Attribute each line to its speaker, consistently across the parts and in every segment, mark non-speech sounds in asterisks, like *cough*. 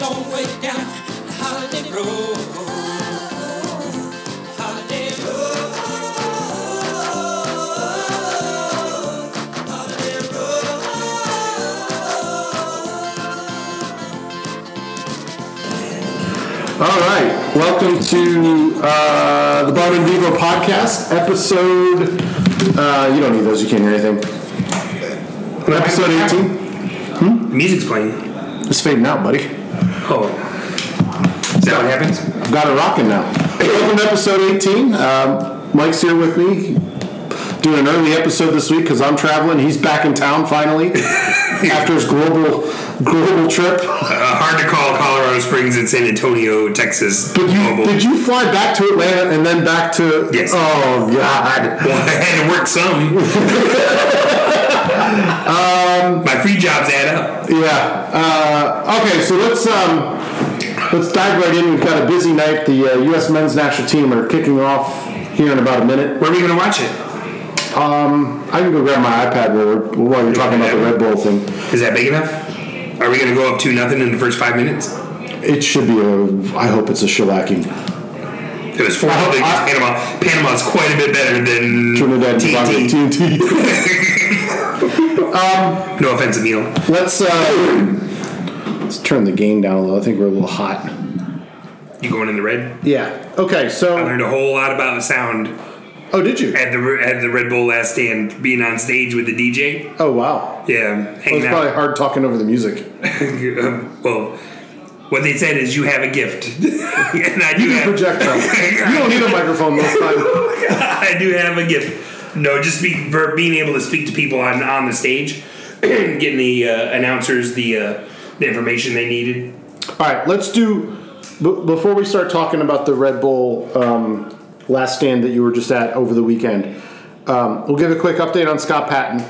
Speaker 1: long way down the holiday road. Holiday road. Holiday road.
Speaker 2: All right, welcome to uh, the Barman Vivo podcast episode. Uh, you don't need those; you can't hear anything. Episode eighteen.
Speaker 3: Music's playing.
Speaker 2: It's fading out, buddy.
Speaker 3: Oh. Is that what happens?
Speaker 2: I've got it rocking now. Welcome to episode eighteen. Um, Mike's here with me, doing an early episode this week because I'm traveling. He's back in town finally after his global global trip.
Speaker 3: Uh, hard to call Colorado Springs and San Antonio, Texas.
Speaker 2: Did you,
Speaker 3: mobile.
Speaker 2: did you fly back to Atlanta and then back to?
Speaker 3: Yes.
Speaker 2: Oh God.
Speaker 3: *laughs* Well, I had to
Speaker 2: *laughs*
Speaker 3: work some. Um, My free jobs add up.
Speaker 2: Yeah. Uh, okay, so let's um, let's dive right in. We've got a busy night. The uh, U.S. men's national team are kicking off here in about a minute. Um,
Speaker 3: Where are we going to watch it?
Speaker 2: I can go grab my iPad while, we're, while you're talking about the Red Bull thing.
Speaker 3: Is that big enough? Are we going to go up two nothing in the first five minutes?
Speaker 2: It should be a. I hope it's a shellacking.
Speaker 3: It was four
Speaker 2: Well,
Speaker 3: nothing against
Speaker 2: I-
Speaker 3: Panama. Panama's quite a bit better than
Speaker 2: Trinidad and Tobago
Speaker 3: TNT.
Speaker 2: TNT.
Speaker 3: No offense, Emil.
Speaker 2: Let's uh, let's turn the game down a little. I think we're a little hot.
Speaker 3: You going in the red?
Speaker 2: Yeah. Okay.
Speaker 3: I
Speaker 2: So.
Speaker 3: learned a whole lot about the sound
Speaker 2: Oh, did you?
Speaker 3: at the at the Red Bull last stand, being on stage with the DJ.
Speaker 2: Oh, wow.
Speaker 3: Yeah,
Speaker 2: It was
Speaker 3: hanging
Speaker 2: probably
Speaker 3: *laughs* out. um,
Speaker 2: hard talking over the music.
Speaker 3: well, what they said is you have a gift, *laughs* and I do
Speaker 2: You
Speaker 3: have.
Speaker 2: can project them. You don't need a microphone this time.
Speaker 3: *laughs* I do have a gift. No, just be, for being able to speak to people on on the stage, *clears throat* getting the uh, announcers the uh, the information they needed.
Speaker 2: All right, let's do. b- Before we start talking about the Red Bull um, last stand that you were just at over the weekend, um, we'll give a quick update on Scott Patton.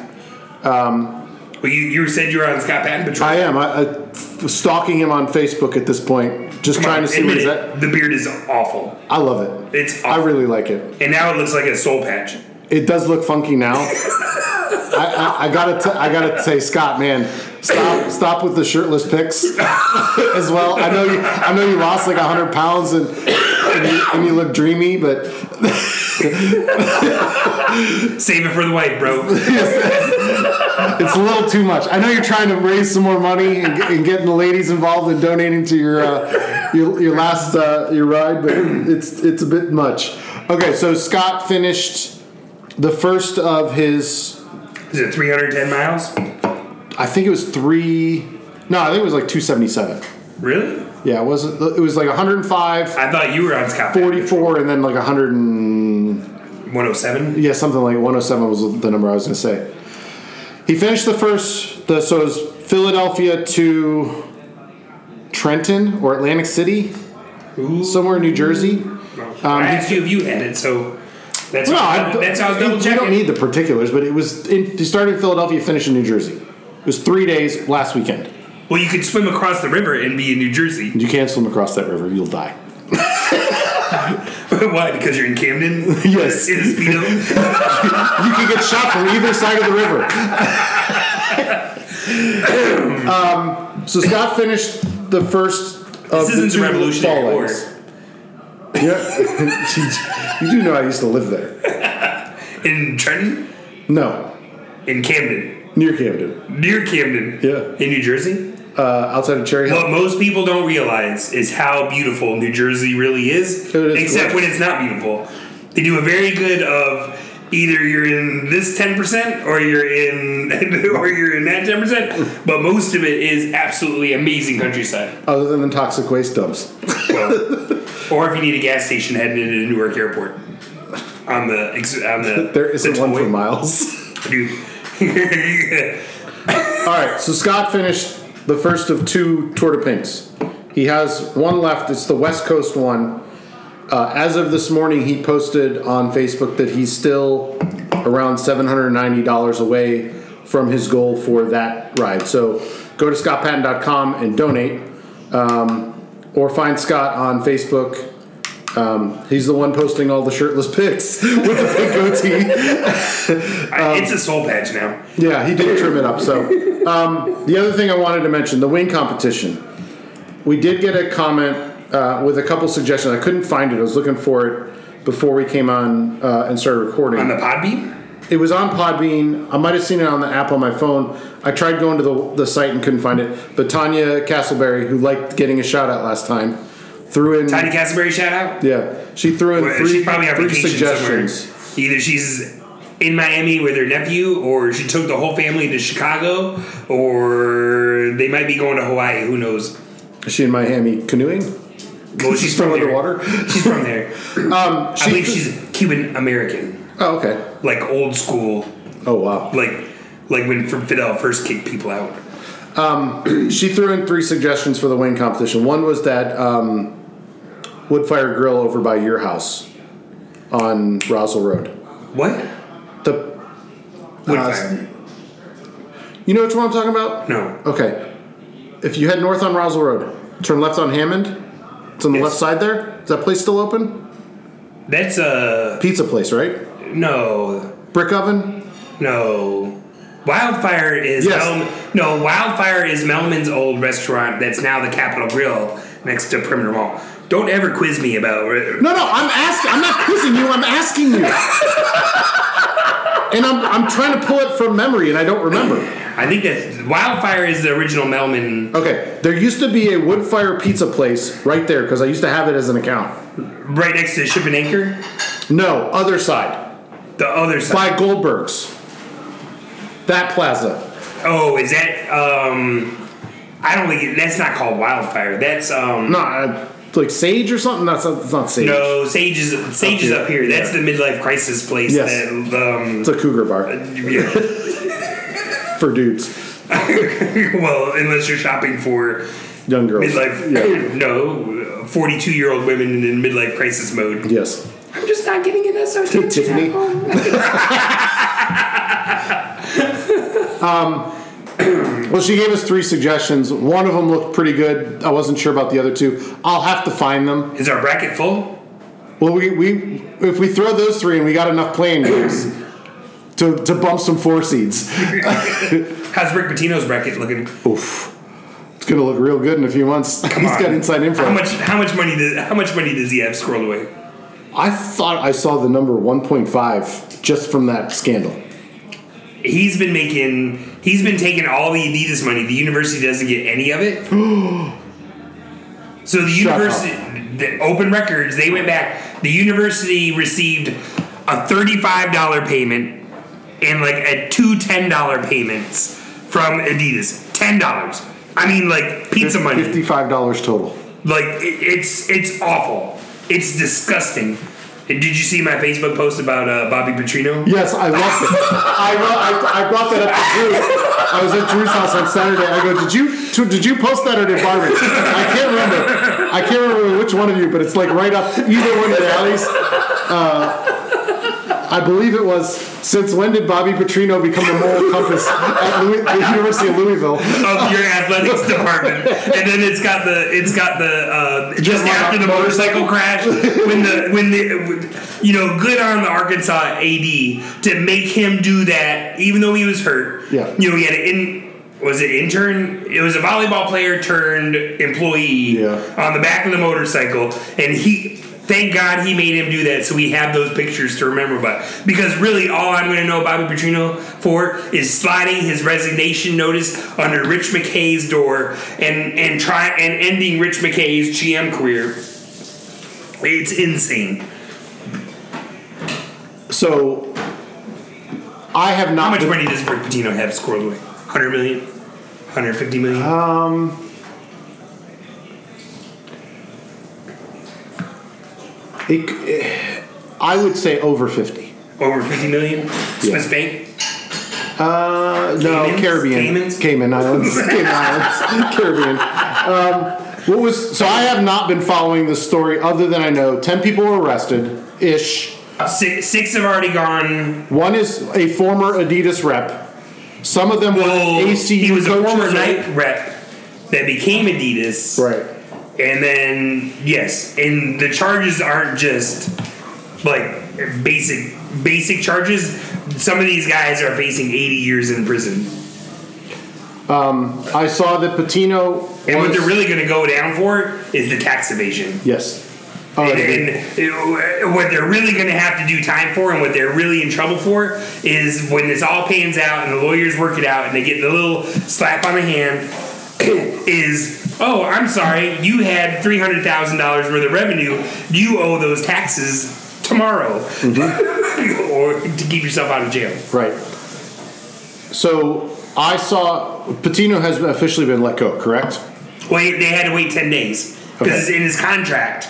Speaker 3: Well, you, you said you were on Scott Patton Patrol.
Speaker 2: I am I, I, stalking him on Facebook at this point, just trying to see what
Speaker 3: Admit
Speaker 2: he's
Speaker 3: it,
Speaker 2: at.
Speaker 3: The beard is awful.
Speaker 2: I love it.
Speaker 3: It's
Speaker 2: I
Speaker 3: awful.
Speaker 2: really like it.
Speaker 3: and now it looks like a soul patch.
Speaker 2: It does look funky *laughs* now. I, I, I gotta t- I gotta say, Scott, man, stop stop with the shirtless pics *laughs* as well. I know you I know you lost like hundred pounds and and you, and you look dreamy, but
Speaker 3: Save it for the
Speaker 2: *laughs*
Speaker 3: wife, bro.
Speaker 2: It's a little too much. I know you're trying to raise some more money and, get- and getting the ladies involved and donating to your uh, your, your last uh, your ride, but it's it's a bit much. Okay, so Scott finished the first of his.
Speaker 3: is it 310 miles?
Speaker 2: I think it was three. No, I think it was like 277.
Speaker 3: Really?
Speaker 2: Yeah, it wasn't. It was like 105,
Speaker 3: I thought you were on Scott Patton.
Speaker 2: 44, and then like 100 and
Speaker 3: 107.
Speaker 2: Yeah, something like 107 was the number I was going to say. He finished the first, the, so it was Philadelphia to Trenton or Atlantic City,
Speaker 3: Ooh.
Speaker 2: somewhere in New Jersey. Um,
Speaker 3: I asked you if you had it, so that's
Speaker 2: No,
Speaker 3: how,
Speaker 2: I,
Speaker 3: that's how I was
Speaker 2: we-
Speaker 3: double checking.
Speaker 2: We don't need the particulars, but it was, in, he started in Philadelphia, finished in New Jersey. It was three days last weekend.
Speaker 3: well, you could swim across the river and be in New Jersey. *laughs*
Speaker 2: You can't swim across that river, you'll die.
Speaker 3: Why? Because you're in Camden.
Speaker 2: *laughs* Yes.
Speaker 3: in
Speaker 2: *laughs*
Speaker 3: a speedo.
Speaker 2: You can get shot from either side of the river. um, Um, so Scott finished the first of
Speaker 3: this isn't
Speaker 2: the
Speaker 3: the
Speaker 2: two
Speaker 3: Revolutionary
Speaker 2: fall
Speaker 3: War.
Speaker 2: legs. Yeah, *laughs* you do know I used to live there.
Speaker 3: In Trenton,
Speaker 2: No,
Speaker 3: in Camden,
Speaker 2: near Camden,
Speaker 3: near Camden.
Speaker 2: Yeah.
Speaker 3: In New Jersey.
Speaker 2: uh, outside of Cherry Hill.
Speaker 3: What most people don't realize is how beautiful New Jersey really is,
Speaker 2: It is
Speaker 3: except when it's not beautiful. They do a very good of either you're in this ten percent or you're in *laughs* or you're in that ten percent, but most of it is absolutely amazing countryside.
Speaker 2: Other than the toxic waste dumps,
Speaker 3: Well, or if you need a gas station heading into Newark Airport on the ex- on the
Speaker 2: there isn't
Speaker 3: the
Speaker 2: one for
Speaker 3: toy.
Speaker 2: miles.
Speaker 3: Dude.
Speaker 2: All right, so Scott finished the first of two Tour de Pinks. He has one left. It's the West Coast one. Uh, as of this morning, he posted on Facebook that he's still around seven hundred ninety dollars away from his goal for that ride. So go to scottpatton.com and donate, um, or find Scott on Facebook. Um, he's the one posting all the shirtless pics *laughs* with the big goatee.
Speaker 3: I- *laughs* it's a soul patch now.
Speaker 2: Yeah, he did trim it up. So um, the other thing I wanted to mention, the wing competition. We did get a comment uh, with a couple suggestions. I couldn't find it. I was looking for it before we came on uh, and started recording.
Speaker 3: On the Podbean?
Speaker 2: It was on Podbean. I might have seen it on the app on my phone. I tried going to the, the site and couldn't find it. But Tanya Castleberry, who liked getting a shout out last time, threw in.
Speaker 3: Tiny Castleberry shout out?
Speaker 2: yeah, she threw in
Speaker 3: Well,
Speaker 2: three,
Speaker 3: she's probably on
Speaker 2: three
Speaker 3: vacation
Speaker 2: suggestions.
Speaker 3: somewhere. Either she's in Miami with her nephew, or she took the whole family to Chicago, or they might be going to Hawaii. Who knows?
Speaker 2: Is she in Miami canoeing?
Speaker 3: Well,
Speaker 2: *laughs*
Speaker 3: she's
Speaker 2: from
Speaker 3: there.
Speaker 2: underwater?
Speaker 3: She's from there.
Speaker 2: Um,
Speaker 3: I
Speaker 2: she
Speaker 3: believe she's Cuban American,
Speaker 2: Oh, okay.
Speaker 3: like old school,
Speaker 2: Oh, wow.
Speaker 3: like like when Fidel first kicked people out.
Speaker 2: She threw in three suggestions for the Wayne competition. One was that um, wood fire grill over by your house on Roswell Road.
Speaker 3: What?
Speaker 2: The
Speaker 3: Wood
Speaker 2: uh,
Speaker 3: fire?
Speaker 2: you know which one I'm talking about?
Speaker 3: No.
Speaker 2: Okay. If you head north on Roswell Road, turn left on Hammond. It's on the
Speaker 3: Yes.
Speaker 2: left side there. Is that place still open?
Speaker 3: That's a
Speaker 2: Pizza place, right?
Speaker 3: no.
Speaker 2: Brick oven.
Speaker 3: No. Wildfire is
Speaker 2: Yes.
Speaker 3: Mel- no Wildfire is Melman's old restaurant that's now the Capitol Grill next to Perimeter Mall. Don't ever quiz me about.
Speaker 2: No, no. I'm asking. I'm not quizzing you. I'm asking you. and I'm I'm trying to pull it from memory, and I don't remember.
Speaker 3: I think that Wildfire is the original Melman.
Speaker 2: Okay, there used to be a wood fire pizza place right there because I used to have it as an account.
Speaker 3: right next to Ship and Anchor,
Speaker 2: No, other side
Speaker 3: the other side.
Speaker 2: by Goldberg's. That plaza.
Speaker 3: Oh, is that? um I don't think it, that's not called Wildfire. That's um
Speaker 2: No, I- uh, like Sage or something. That's not, it's not Sage.
Speaker 3: no Sage is Sage is
Speaker 2: here.
Speaker 3: up here. That's the midlife crisis place.
Speaker 2: Yes.
Speaker 3: That, um,
Speaker 2: It's a cougar bar
Speaker 3: yeah. *laughs*
Speaker 2: for dudes,
Speaker 3: well, unless you're shopping for
Speaker 2: young girls.
Speaker 3: midlife.
Speaker 2: Yeah.
Speaker 3: No, forty-two-year-old women in midlife crisis mode.
Speaker 2: Yes.
Speaker 3: I'm just not getting
Speaker 2: *laughs*
Speaker 3: an SOT.
Speaker 2: Tiffany. Well, she gave us three suggestions. One of them looked pretty good. I wasn't sure about the other two. I'll have to find them.
Speaker 3: Is our bracket full?
Speaker 2: Well, we, we if we throw those three and we got enough playing games to, to bump some four seeds,
Speaker 3: How's Rick Pitino's bracket looking?
Speaker 2: oof, it's gonna look real good in a few months. He's
Speaker 3: on.
Speaker 2: got inside info.
Speaker 3: How much? How much money? Does, how much money does he have squirreled away?
Speaker 2: I thought I saw the number one point five just from that scandal.
Speaker 3: He's been making. He's been taking all the Adidas money. The university doesn't get any
Speaker 2: *gasps*
Speaker 3: of it. so the
Speaker 2: Shut up.
Speaker 3: university, the open records, they went back. The university received a thirty-five dollar payment and like a two ten dollar payments from Adidas. Ten dollars. I mean, like pizza money.
Speaker 2: Fifty five dollars total.
Speaker 3: Like it, it's it's awful. It's disgusting. Did you see my Facebook post about uh, Bobby Petrino?
Speaker 2: Yes, I loved it. I, lo- I, I brought that up to Drew. I was at Drew's house on Saturday. I go, did you t- did you post that or did Barbie? I can't remember. I can't remember which one of you, but it's like right up either one of the alleys. Uh, I believe it was. Since when did Bobby Petrino become the moral compass at Louis- the University of Louisville?
Speaker 3: of your athletics department, and then it's got the it's got the uh, just
Speaker 2: like
Speaker 3: after
Speaker 2: a
Speaker 3: the motorcycle crash when the when the you know good on the Arkansas AD to make him do that even though he was hurt.
Speaker 2: Yeah.
Speaker 3: you know he had an in. Was it intern? It was a volleyball player turned employee
Speaker 2: Yeah.
Speaker 3: on the back of the motorcycle, and he. Thank God he made him do that, so we have those pictures to remember by. Because really, all I'm going to know Bobby Petrino for is sliding his resignation notice under Rich McKay's door and and try and ending Rich McKay's GM career. It's insane.
Speaker 2: So I have
Speaker 3: How
Speaker 2: not.
Speaker 3: much
Speaker 2: been-
Speaker 3: money does Rick Pitino have scored away? 100 million? 150 million?
Speaker 2: Um, it, c- eh, I would say over 50.
Speaker 3: Over 50 million? Swiss Bank?
Speaker 2: Uh, no,
Speaker 3: Caymans?
Speaker 2: Caribbean.
Speaker 3: Caymans?
Speaker 2: Cayman Islands.
Speaker 3: *laughs*
Speaker 2: Cayman Islands. Caribbean. Um, what was, so I have not been following this story other than I know 10 people were arrested ish.
Speaker 3: Six, six have already gone.
Speaker 2: One is a former Adidas rep. Some of them were
Speaker 3: Well,
Speaker 2: ACU
Speaker 3: he was a
Speaker 2: coaches,
Speaker 3: former
Speaker 2: right?
Speaker 3: night rep that became Adidas.
Speaker 2: Right.
Speaker 3: And then, yes, and the charges aren't just like basic basic charges. Some of these guys are facing 80 years in prison.
Speaker 2: I saw that Patino.
Speaker 3: And what
Speaker 2: was-
Speaker 3: they're really going to go down for is the tax evasion.
Speaker 2: Yes. Oh,
Speaker 3: And,
Speaker 2: it'd be-
Speaker 3: *laughs* and it- what they're really going to have to do time for, and what they're really in trouble for, is when this all pans out and the lawyers work it out, and they get the little slap on the hand. *coughs* is oh, I'm sorry, you had three hundred thousand dollars worth of revenue. You owe those taxes tomorrow, *laughs* or to keep yourself out of jail.
Speaker 2: Right. So I saw Patino has officially been let go, correct?
Speaker 3: Wait, they had to wait ten days because
Speaker 2: Okay.
Speaker 3: it's in his contract.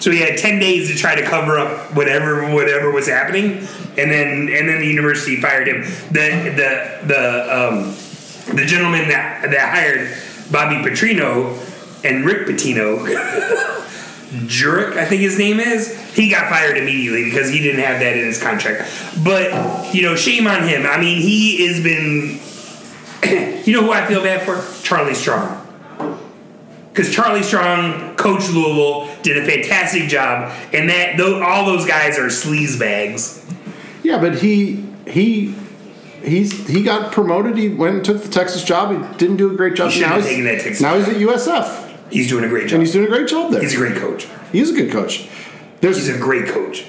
Speaker 3: So he had ten days to try to cover up whatever whatever was happening, and then and then the university fired him. The the the um, the gentleman that that hired Bobby Petrino and Rick Pitino, *laughs* Jurek, I think his name is. He got fired immediately because he didn't have that in his contract. But you know, shame on him. I mean, he has been. *coughs* you know who I feel bad for? Charlie Strong because Charlie Strong, Coach Louisville, did a fantastic job, and that though all those guys are sleaze bags.
Speaker 2: Yeah, but he he he's he got promoted. He went and took the Texas job. He didn't do a great job.
Speaker 3: He shouldn't
Speaker 2: now
Speaker 3: have
Speaker 2: he's,
Speaker 3: taken that Texas
Speaker 2: now he's
Speaker 3: job.
Speaker 2: at USF
Speaker 3: He's doing a great job.
Speaker 2: and he's
Speaker 3: He's,
Speaker 2: doing a great job there. He's
Speaker 3: a great coach.
Speaker 2: a good coach. There's
Speaker 3: He's a great coach.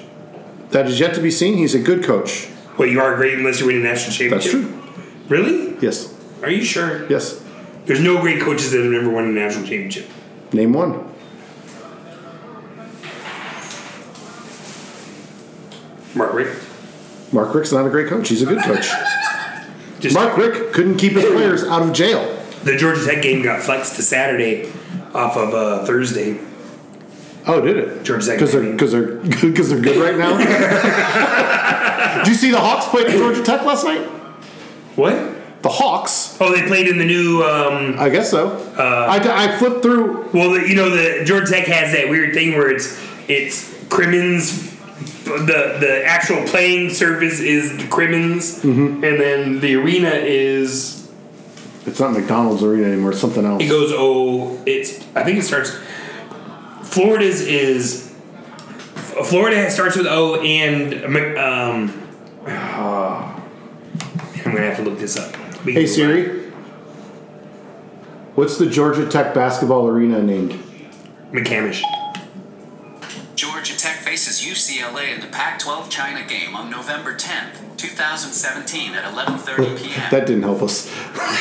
Speaker 2: that is yet to be seen. He's a good coach.
Speaker 3: Well, you are great unless you win a national
Speaker 2: That's
Speaker 3: championship.
Speaker 2: true.
Speaker 3: Really?
Speaker 2: Yes.
Speaker 3: Are you sure?
Speaker 2: Yes.
Speaker 3: There's no great coaches that have never won a national championship.
Speaker 2: Name one.
Speaker 3: Mark Rick.
Speaker 2: Mark Rick's not a great coach. He's a good
Speaker 3: *laughs*
Speaker 2: coach.
Speaker 3: Just
Speaker 2: Mark Rick couldn't keep his players out of jail.
Speaker 3: the Georgia Tech game got flexed to Saturday off of uh, Thursday.
Speaker 2: Oh, did it?
Speaker 3: George Zach-
Speaker 2: Because they're because they're *laughs* because they're good right now. Did you see the Hawks played at Georgia Tech last night?
Speaker 3: What?
Speaker 2: The Hawks,
Speaker 3: Oh, they played in the new um,
Speaker 2: I guess so. I, I flipped through.
Speaker 3: Well, the, you know, the Georgia Tech has that weird thing where it's it's Crimmins. The the actual playing surface is the Crimmins,
Speaker 2: Mm-hmm.
Speaker 3: and then the arena is
Speaker 2: It's not McDonald's Arena anymore. It's something else.
Speaker 3: it goes oh it's I think it starts Florida's is Florida starts with O and um *sighs* ah, I'm gonna have to look this up. We can-
Speaker 2: Hey Siri, what's the Georgia Tech basketball arena named?
Speaker 3: McCamish. *laughs*
Speaker 4: Georgia Tech faces UCLA in the Pac-12 China game on November 10th, 2017 at 11:30 p.m.
Speaker 2: That didn't help us.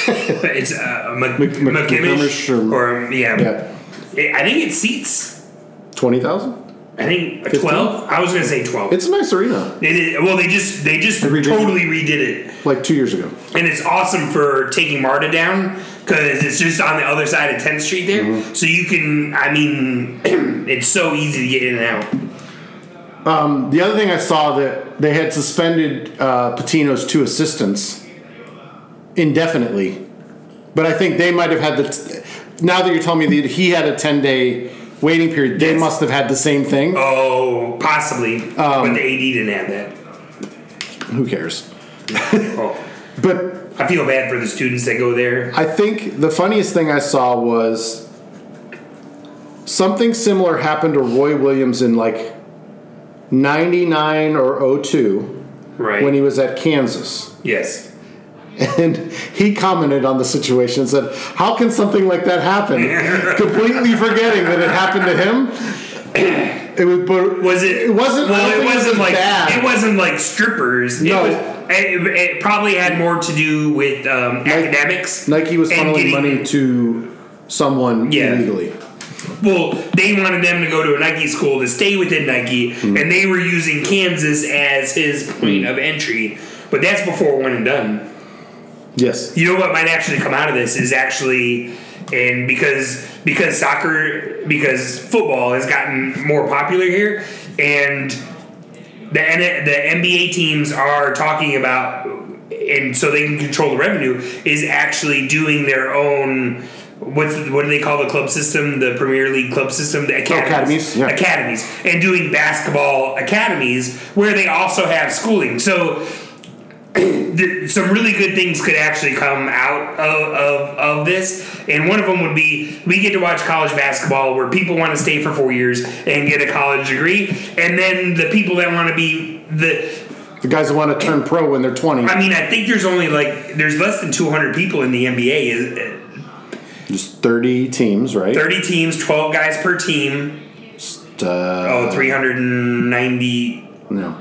Speaker 3: It's uh, Mc,
Speaker 2: Mc- Mc-
Speaker 3: McCamish,
Speaker 2: McCamish
Speaker 3: or, yeah,
Speaker 2: Yeah,
Speaker 3: I think it seats.
Speaker 2: twenty thousand.
Speaker 3: I think twelve. I was gonna say twelve.
Speaker 2: It's a nice arena.
Speaker 3: It is- well, they just they just
Speaker 2: They redid it.
Speaker 3: totally redid it,
Speaker 2: Like two years ago.
Speaker 3: and it's awesome for taking Marta down because it's just on the other side of Tenth Street there,
Speaker 2: Mm-hmm.
Speaker 3: so you can. I mean, *clears throat* it's so easy to get in and out.
Speaker 2: The other thing I saw that they had suspended uh, Patino's two assistants indefinitely, but I think they might have had the. now that you're telling me that he had a ten day waiting period, they
Speaker 3: Yes.
Speaker 2: must have had the same thing.
Speaker 3: Oh, possibly,
Speaker 2: Um,
Speaker 3: but the AD didn't have that.
Speaker 2: Who cares?
Speaker 3: Oh,
Speaker 2: But
Speaker 3: I feel bad for the students that go there.
Speaker 2: I think the funniest thing I saw was something similar happened to Roy Williams in like ninety nine or 02
Speaker 3: Right.
Speaker 2: when he was at Kansas.
Speaker 3: yes.
Speaker 2: And he commented on the situation and said, How can something like that
Speaker 3: *laughs*
Speaker 2: happen? Completely forgetting that it happened to him. It was, but
Speaker 3: Was it?
Speaker 2: It wasn't. I don't
Speaker 3: Well, it
Speaker 2: think
Speaker 3: wasn't
Speaker 2: was
Speaker 3: like
Speaker 2: bad.
Speaker 3: it wasn't like strippers.
Speaker 2: No.
Speaker 3: It, was, it, it probably had more to do with um, academics.
Speaker 2: Nike was
Speaker 3: and
Speaker 2: funneling
Speaker 3: getting-
Speaker 2: money to someone
Speaker 3: Yeah.
Speaker 2: illegally.
Speaker 3: Well, they wanted them to go to a Nike school to stay within Nike, and they were using Kansas as his point of entry. But that's before one and done.
Speaker 2: Yes.
Speaker 3: You know what might actually come out of this is actually, and because because soccer because football has gotten more popular here, and the N- the NBA teams are talking about, and so they can control the revenue is actually doing their own. What's, what do they call the club system? The Premier League club system, the academies,
Speaker 2: academies, yeah.
Speaker 3: academies, and doing basketball academies where they also have schooling. So there, some really good things could actually come out of, of, of this. And one of them would be we get to watch college basketball where people want to stay for four years and get a college degree. And then the people that want to be the
Speaker 2: The guys that want to turn pro when they're 20.
Speaker 3: I mean, I think there's only like there's less than 200 people in the NBA. Is-
Speaker 2: There's 30 teams, right?
Speaker 3: 30 teams, 12 guys per team.
Speaker 2: Uh,
Speaker 3: Oh, 390
Speaker 2: No.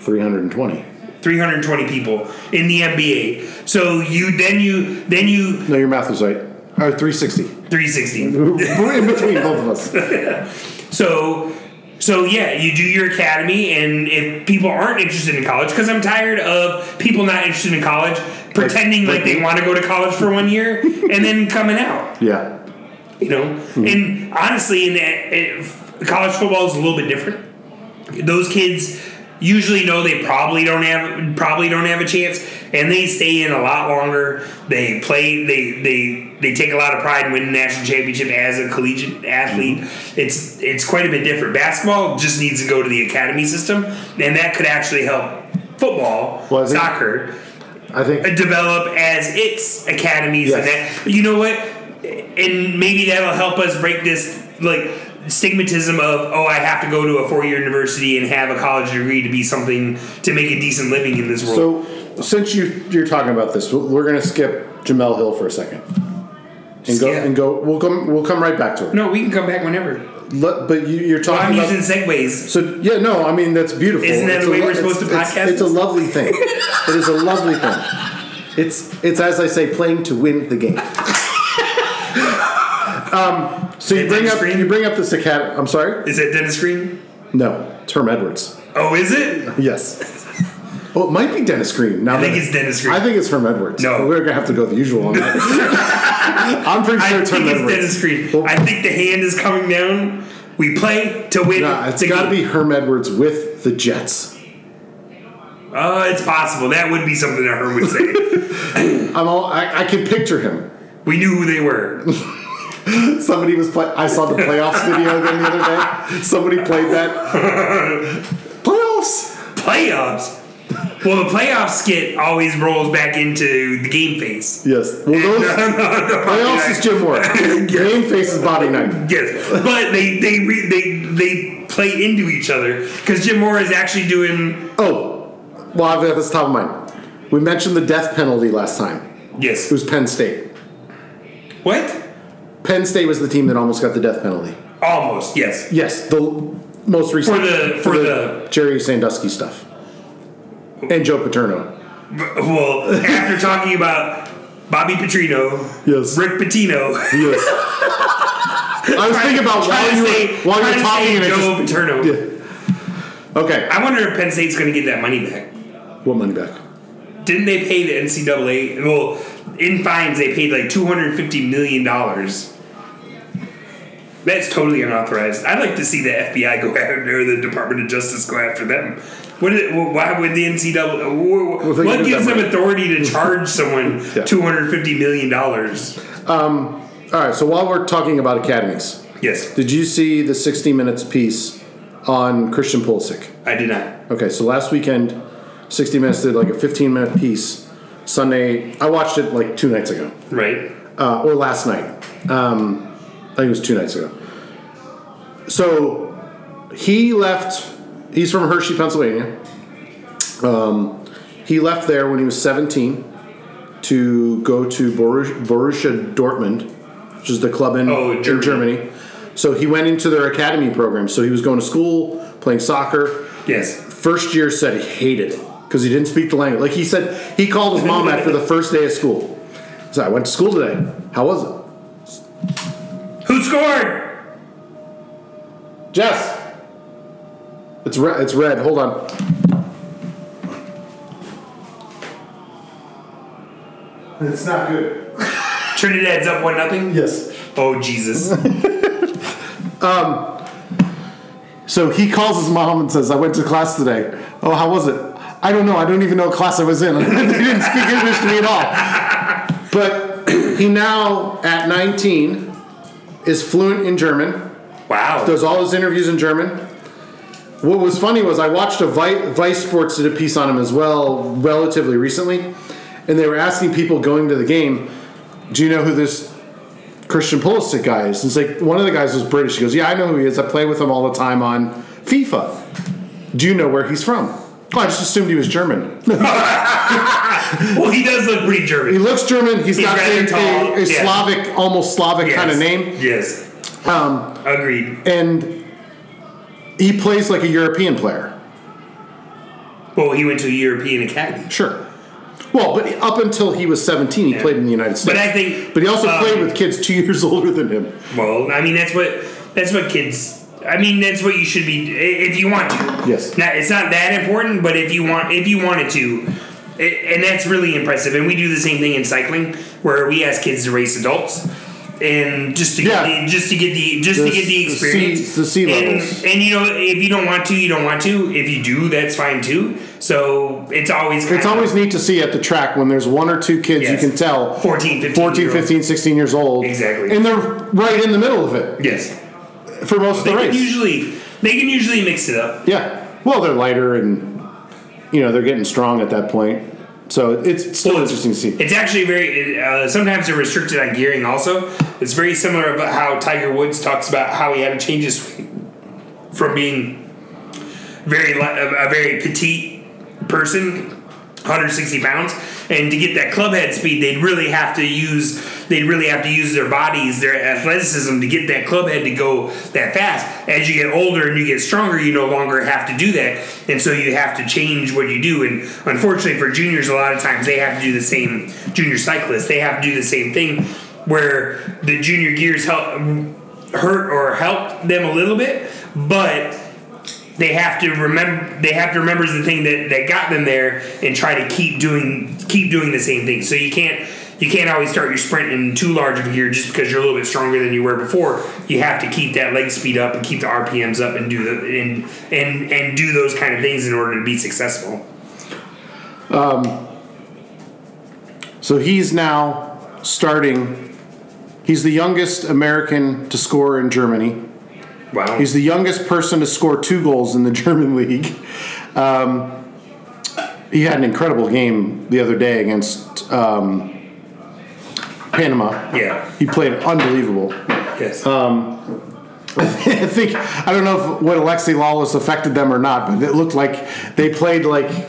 Speaker 2: 320.
Speaker 3: 320 people in the NBA. So you then you then you
Speaker 2: No, your math was right. Or
Speaker 3: *laughs*
Speaker 2: 360.
Speaker 3: 360.
Speaker 2: We're in between both of
Speaker 3: *laughs*
Speaker 2: us.
Speaker 3: So, so yeah, you do your academy, and if people aren't interested in college, because I'm tired of people not interested in college pretending like,
Speaker 2: like
Speaker 3: they
Speaker 2: me.
Speaker 3: want to go to college for one year and then coming out,
Speaker 2: Yeah.
Speaker 3: you know.
Speaker 2: Hmm.
Speaker 3: And honestly, in that, it, college football is a little bit different. Those kids usually know they probably don't have probably don't have a chance, and they stay in a lot longer. They play. They they they take a lot of pride in winning national championship as a collegiate athlete.
Speaker 2: Hmm.
Speaker 3: It's it's quite a bit different. Basketball just needs to go to the academy system, and that could actually help football,
Speaker 2: Well, I think-
Speaker 3: soccer
Speaker 2: I think.
Speaker 3: develop as its academies and
Speaker 2: Yes.
Speaker 3: that you know what and maybe that'll help us break this like stigmatism of oh i have to go to a four-year university and have a college degree to be something to make a decent living in this world
Speaker 2: So, since you, you're talking about this, we're going to skip Jamel Hill for a second. And go,
Speaker 3: Skip.
Speaker 2: and go. We'll come. We'll come right back to it.
Speaker 3: no we can come back whenever
Speaker 2: Let- but you, you're
Speaker 3: well, Oh, i'm
Speaker 2: talking about.
Speaker 3: using segues
Speaker 2: so yeah, no. I mean that's beautiful.
Speaker 3: Isn't that
Speaker 2: It's
Speaker 3: the
Speaker 2: a
Speaker 3: way
Speaker 2: lo-
Speaker 3: we're
Speaker 2: it's-
Speaker 3: supposed to
Speaker 2: it's-
Speaker 3: podcast
Speaker 2: It's a
Speaker 3: this?
Speaker 2: lovely thing. it is a lovely thing. It's it's as I say, playing to win the game. *laughs* um, so you
Speaker 3: Did
Speaker 2: bring
Speaker 3: they
Speaker 2: up
Speaker 3: scream?
Speaker 2: you bring up this academy. I'm sorry.
Speaker 3: is that dennis green
Speaker 2: No, Term Edwards.
Speaker 3: oh is it
Speaker 2: Yes. Oh, it might be Dennis Green. Now I
Speaker 3: think it's Dennis Green.
Speaker 2: I think it's Herm Edwards.
Speaker 3: No.
Speaker 2: we're gonna have to go the usual
Speaker 3: *laughs*
Speaker 2: on that. I'm pretty
Speaker 3: i
Speaker 2: sure
Speaker 3: think
Speaker 2: it's
Speaker 3: it's
Speaker 2: Herm Edwards.
Speaker 3: dennis green
Speaker 2: Well,
Speaker 3: i think the hand is coming down we play to win
Speaker 2: no, it's
Speaker 3: the
Speaker 2: got to be
Speaker 3: game.
Speaker 2: Herm Edwards with the Jets.
Speaker 3: uh, it's possible that would be something that herm would
Speaker 2: *laughs*
Speaker 3: say
Speaker 2: I'm all. I, I can picture him.
Speaker 3: we knew who they were
Speaker 2: Somebody was play. I saw the playoffs video then the other day. Somebody played that. playoffs.
Speaker 3: Playoffs. Well, the playoff skit always rolls back into the game phase.
Speaker 2: Yes. Well, those playoffs is Jim
Speaker 3: *laughs*
Speaker 2: Ward. Game faces body night.
Speaker 3: Yes, but they they re, they they play into each other because Jim Moore is actually doing
Speaker 2: Oh, well, I've got this top of mind. We mentioned the death penalty last time. It
Speaker 3: yes.
Speaker 2: was Penn State.
Speaker 3: What?
Speaker 2: Penn State was the team that almost got the death penalty.
Speaker 3: Almost yes.
Speaker 2: Yes, the l- most recent
Speaker 3: For the- for the-
Speaker 2: Jerry Sandusky stuff and Joe Paterno.
Speaker 3: B- Well,
Speaker 2: *laughs*
Speaker 3: after talking about Bobby Petrino,
Speaker 2: Yes.
Speaker 3: Rick Pitino.
Speaker 2: Yes. I was thinking about
Speaker 3: Trying
Speaker 2: while
Speaker 3: to
Speaker 2: you were
Speaker 3: say-
Speaker 2: while you were
Speaker 3: trying to
Speaker 2: talking
Speaker 3: say
Speaker 2: and it
Speaker 3: Joe
Speaker 2: just
Speaker 3: Paterno.
Speaker 2: okay.
Speaker 3: I wonder if Penn State's going to get that money back.
Speaker 2: What money back?
Speaker 3: Didn't they pay the NCAA? Well, in fines they paid like two hundred fifty million dollars. That's totally unauthorized. I'd like to see the FBI go *laughs* after or the Department of Justice go after them. What? Did, why would the NCAA?
Speaker 2: Well,
Speaker 3: wh-
Speaker 2: they
Speaker 3: What
Speaker 2: did
Speaker 3: gives
Speaker 2: that
Speaker 3: them
Speaker 2: much.
Speaker 3: authority
Speaker 2: *laughs*
Speaker 3: to charge someone
Speaker 2: Yeah.
Speaker 3: two hundred fifty million dollars?
Speaker 2: All right. So while we're talking about academies,
Speaker 3: Yes,
Speaker 2: did you see the 60 Minutes piece on Christian Pulisic?
Speaker 3: I did not.
Speaker 2: Okay, so last weekend, 60 Minutes did like a 15 minute piece. Sunday, I watched it like two nights ago.
Speaker 3: Right.
Speaker 2: uh, or last night. Um, I think it was two nights ago. So he left. He's from Hershey, Pennsylvania. Um, he left there when he was 17 to go to Borussia, Borussia Dortmund, which is the club in,
Speaker 3: Oh,
Speaker 2: in
Speaker 3: Germany.
Speaker 2: Germany. So he went into their academy program. So he was going to school, playing soccer,
Speaker 3: Yes.
Speaker 2: first year said he hated it because he didn't speak the language. Like he said, he called his mom after the first day of school. So I went to school today. How was it?
Speaker 3: Who scored?
Speaker 2: Jess. It's red. It's red. Hold on. It's not good.
Speaker 3: Trinidad's up one nothing.
Speaker 2: Yes.
Speaker 3: Oh Jesus.
Speaker 2: *laughs* So he calls his mom and says, "I went to class today. Oh, how was it? I don't know. I don't even know what class I was in. *laughs* they didn't speak English to me at all." But he now, at 19, is fluent in German.
Speaker 3: wow.
Speaker 2: does all his interviews in German. What was funny was I watched a Vi- Vice Sports did a piece on him as well, relatively recently, and they were asking people going to the game, "Do you know who this Christian Pulisic guy is?" And it's like one of the guys was British. He goes, "Yeah, I know who he is. I play with him all the time on FIFA." Do you know where he's from? Oh, I just assumed he was German.
Speaker 3: Well, he does look pretty
Speaker 2: He
Speaker 3: German.
Speaker 2: looks German. he's
Speaker 3: He's
Speaker 2: got
Speaker 3: rather
Speaker 2: a, a,
Speaker 3: tall,
Speaker 2: a
Speaker 3: yeah.
Speaker 2: Slavic, almost Slavic
Speaker 3: Yes.
Speaker 2: kind of name.
Speaker 3: Yes.
Speaker 2: Um,
Speaker 3: Agreed.
Speaker 2: and he plays like a European player.
Speaker 3: Well, he went to a European academy.
Speaker 2: Sure. Well, but up until he was 17, he
Speaker 3: Yeah.
Speaker 2: played in the United States.
Speaker 3: But I think-
Speaker 2: But he also
Speaker 3: um,
Speaker 2: played with kids two *laughs* years older than him.
Speaker 3: Well, I mean that's what that's what kids. I mean that's what you should be i- if you want to.
Speaker 2: Yes.
Speaker 3: Now, it's not that important, but if you want, if you wanted to, i and that's really impressive. And we do the same thing in cycling, where we ask kids to race adults, and just to
Speaker 2: Yeah.
Speaker 3: get the, just to get the just
Speaker 2: The
Speaker 3: to get the
Speaker 2: s- the
Speaker 3: experience.
Speaker 2: sea- the sea
Speaker 3: and,
Speaker 2: levels.
Speaker 3: and you know, if you don't want to, you don't want to. If you do, that's fine too. So it's always
Speaker 2: It's
Speaker 3: kinda-
Speaker 2: always neat to see at the track when there's one or two kids
Speaker 3: Yes.
Speaker 2: you can tell
Speaker 3: 14, 15
Speaker 2: 14,
Speaker 3: year old.
Speaker 2: 15, 16 years old.
Speaker 3: Exactly.
Speaker 2: And they're right in the middle of it
Speaker 3: yes.
Speaker 2: for most of
Speaker 3: They
Speaker 2: the
Speaker 3: can
Speaker 2: race.
Speaker 3: usually they can usually mix it up.
Speaker 2: yeah. Well, they're lighter and, you know, they're getting strong at that point. So it's still
Speaker 3: Well,
Speaker 2: interesting to see.
Speaker 3: It's actually very. Uh, sometimes they're restricted on gearing. Also, it's very similar about how Tiger Woods talks about how he had to change his swing from being very li- a a very petite person, 160 pounds, and to get that club head speed, they'd really have to use they'd really have to use their bodies, their athleticism to get that club head to go that fast. As you get older and you get stronger, you no longer have to do that, and so you have to change what you do. And unfortunately for juniors, a lot of times they have to do the same. Junior cyclists they have to do the same thing, where the junior gears help hurt or help them a little bit, but they have to remember they have to remember the thing that, that got them there and try to keep doing keep doing the same thing so you can't you can't always start your sprint in too large of a gear just because you're a little bit stronger than you were before you have to keep that leg speed up and keep the rpms up and do the and and and do those kind of things in order to be successful
Speaker 2: So he's now starting. He's the youngest American to score in Germany.
Speaker 3: wow
Speaker 2: He's the youngest person to score two goals in the *laughs* German league. Um, he had an incredible game the other day against um, Panama.
Speaker 3: yeah
Speaker 2: He played unbelievable. *laughs*
Speaker 3: yes
Speaker 2: I think I don't know if, what Alexi Lawless affected them or not, but it looked like they played like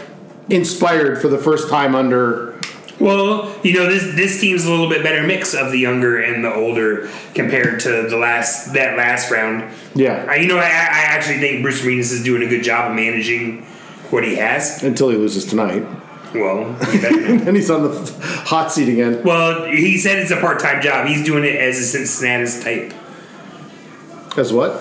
Speaker 2: inspired for the first time under.
Speaker 3: Well, you know this this team's a little bit better mix of the younger and the older compared to the last that last round.
Speaker 2: Yeah.
Speaker 3: I, you know I, I actually think Bruce Arenas is doing a good job of managing what he has.
Speaker 2: Until he loses tonight,
Speaker 3: Well, he
Speaker 2: *laughs*
Speaker 3: better-
Speaker 2: and he's on the hot seat again.
Speaker 3: well, he said it's a part time job. He's doing it as a Cincinnati type.
Speaker 2: As what?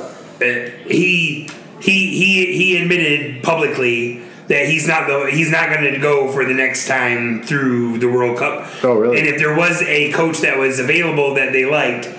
Speaker 3: Uh, he he he he admitted publicly that he's not the he's not going to go for the next time through the World Cup.
Speaker 2: Oh, really?
Speaker 3: And if there was a coach that was available that they liked,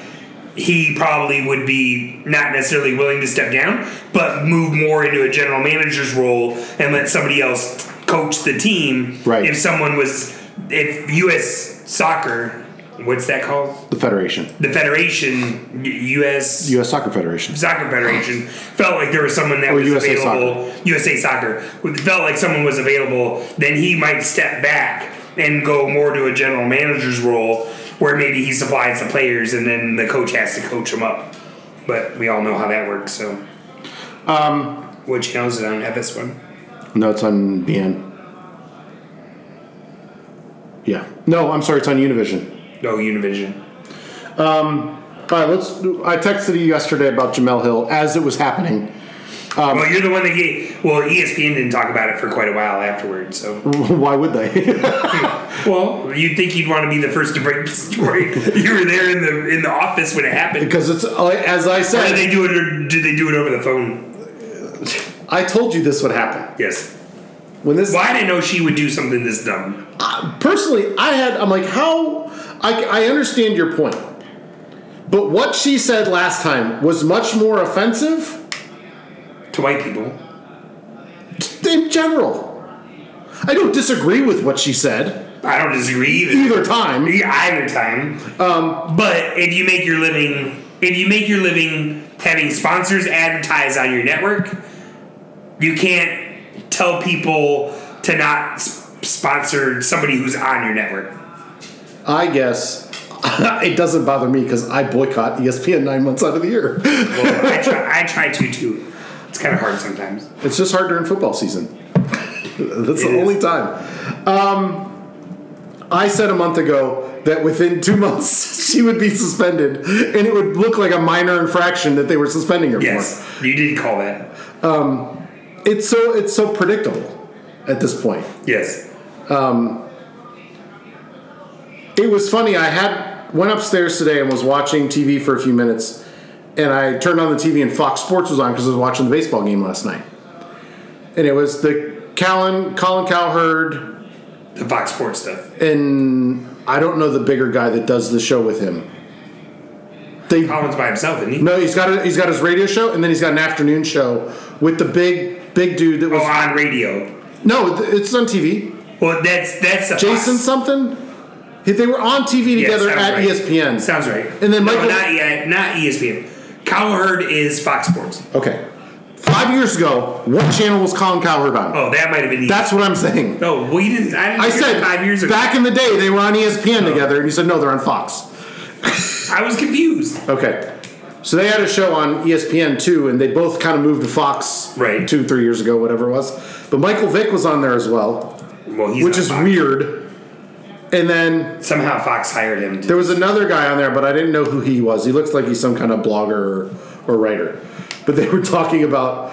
Speaker 3: he probably would be not necessarily willing to step down, but move more into a general manager's role and let somebody else coach the team.
Speaker 2: Right.
Speaker 3: If someone was if U.S. soccer, what's that called?
Speaker 2: The Federation,
Speaker 3: The Federation, U.S
Speaker 2: U.S. Soccer Federation.
Speaker 3: soccer federation felt like there was someone that
Speaker 2: Or
Speaker 3: was
Speaker 2: USA
Speaker 3: available USA soccer felt like someone was available then he might step back and go more to a general manager's role where maybe he supplies the players and then the coach has to coach them up but we all know how that works so um what channel is it on FS1
Speaker 2: No, it's on BN. Yeah. No, I'm sorry. It's on Univision.
Speaker 3: no Univision
Speaker 2: All right. Let's. do- I texted you yesterday about Jamel Hill as it was happening. *laughs*
Speaker 3: well you're the one that gave well E ESPN didn't talk about it for quite a while afterwards so
Speaker 2: Why would they? *laughs*
Speaker 3: well you'd think you'd want to be the first to break the story *laughs* you were there in the in the office when it happened
Speaker 2: because it's as I
Speaker 3: Or did
Speaker 2: said.
Speaker 3: they do it? Or did they do it over the phone?
Speaker 2: I told you this would happen.
Speaker 3: Yes.
Speaker 2: When this
Speaker 3: Well, I didn't know she would do something this dumb.
Speaker 2: personally, I had. I'm like, how? I, I understand your point, but what she said last time was much more offensive.
Speaker 3: To white people.
Speaker 2: In general, I don't disagree with what she said
Speaker 3: I don't disagree either.
Speaker 2: either time.
Speaker 3: Yeah, Either time. Um, but if you make your living, if you make your living having sponsors advertise on your network, you can't tell people to not s- sponsor somebody who's on your network.
Speaker 2: I guess *laughs* it doesn't E bother me because I boycott ESPN nine months out of the year.
Speaker 3: *laughs* Well, I, try, I try to too. It's kind of hard sometimes.
Speaker 2: It's just hard during football season. *laughs* That's
Speaker 3: It
Speaker 2: the
Speaker 3: is.
Speaker 2: only time. Um, I said a month ago that within two *laughs* months she would be suspended, and it would look like a minor infraction that they were suspending her
Speaker 3: Yes, you did call that.
Speaker 2: for. It's so it's so predictable at this point.
Speaker 3: Yes.
Speaker 2: It was funny. I had went upstairs today and was watching TV for a few minutes, and I turned on the TV and Fox Sports was on because I was watching the baseball game last night, and it was the Colin Colin Cowherd.
Speaker 3: The Fox Sports stuff.
Speaker 2: and I don't know the bigger guy that does the show with him. They
Speaker 3: Colin's by himself, isn't he?
Speaker 2: no, he's got a, he's got his radio show, and then he's got an afternoon show with the big big dude that was
Speaker 3: Oh, on radio.
Speaker 2: no, th- it's on TV.
Speaker 3: Well, that's that's the
Speaker 2: Jason
Speaker 3: Fox.
Speaker 2: something. He- They were on TV
Speaker 3: Yeah,
Speaker 2: together
Speaker 3: sounds
Speaker 2: at E
Speaker 3: right.
Speaker 2: ESPN.
Speaker 3: Sounds right.
Speaker 2: And then
Speaker 3: no,
Speaker 2: Michael-
Speaker 3: not yet, not E ESPN. Cowherd is Fox Sports.
Speaker 2: okay, five years ago, what channel was Colin Cowherd on?
Speaker 3: Oh, that might have been. ESPN.
Speaker 2: That's what I'm
Speaker 3: *laughs*
Speaker 2: saying.
Speaker 3: No, we didn't. I didn't
Speaker 2: I
Speaker 3: hear
Speaker 2: said
Speaker 3: five years ago.
Speaker 2: back in the day they were on E ESPN together, and you said no, they're on Fox.
Speaker 3: I was confused.
Speaker 2: Okay. So they had a show on E ESPN too, and they both kind of moved to Fox
Speaker 3: Right.
Speaker 2: two, three years ago, whatever it was. But Michael Vick was on there as well,
Speaker 3: Well, he's
Speaker 2: which
Speaker 3: not
Speaker 2: is
Speaker 3: Fox.
Speaker 2: weird. And then
Speaker 3: Somehow Fox hired him. To,
Speaker 2: there was another guy on there, but I didn't know who he was. He looks like he's some kind of blogger or, or writer. But they were talking about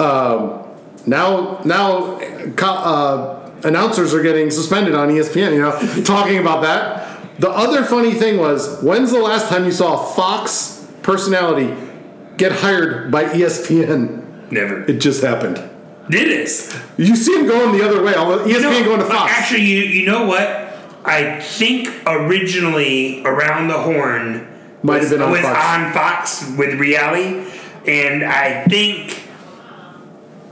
Speaker 2: um, now now co- uh, announcers are getting suspended on E ESPN. You know, talking about that. The other funny thing was, when's the last time you saw a Fox personality get hired by E ESPN?
Speaker 3: Never
Speaker 2: It just happened.
Speaker 3: did this.
Speaker 2: You see him going the E other way. although ESPN going to
Speaker 3: but
Speaker 2: Fox.
Speaker 3: Actually, you you know what? I think originally around the horn
Speaker 2: Might
Speaker 3: was,
Speaker 2: have been on
Speaker 3: was
Speaker 2: Fox.
Speaker 3: on Fox with Reali, and I think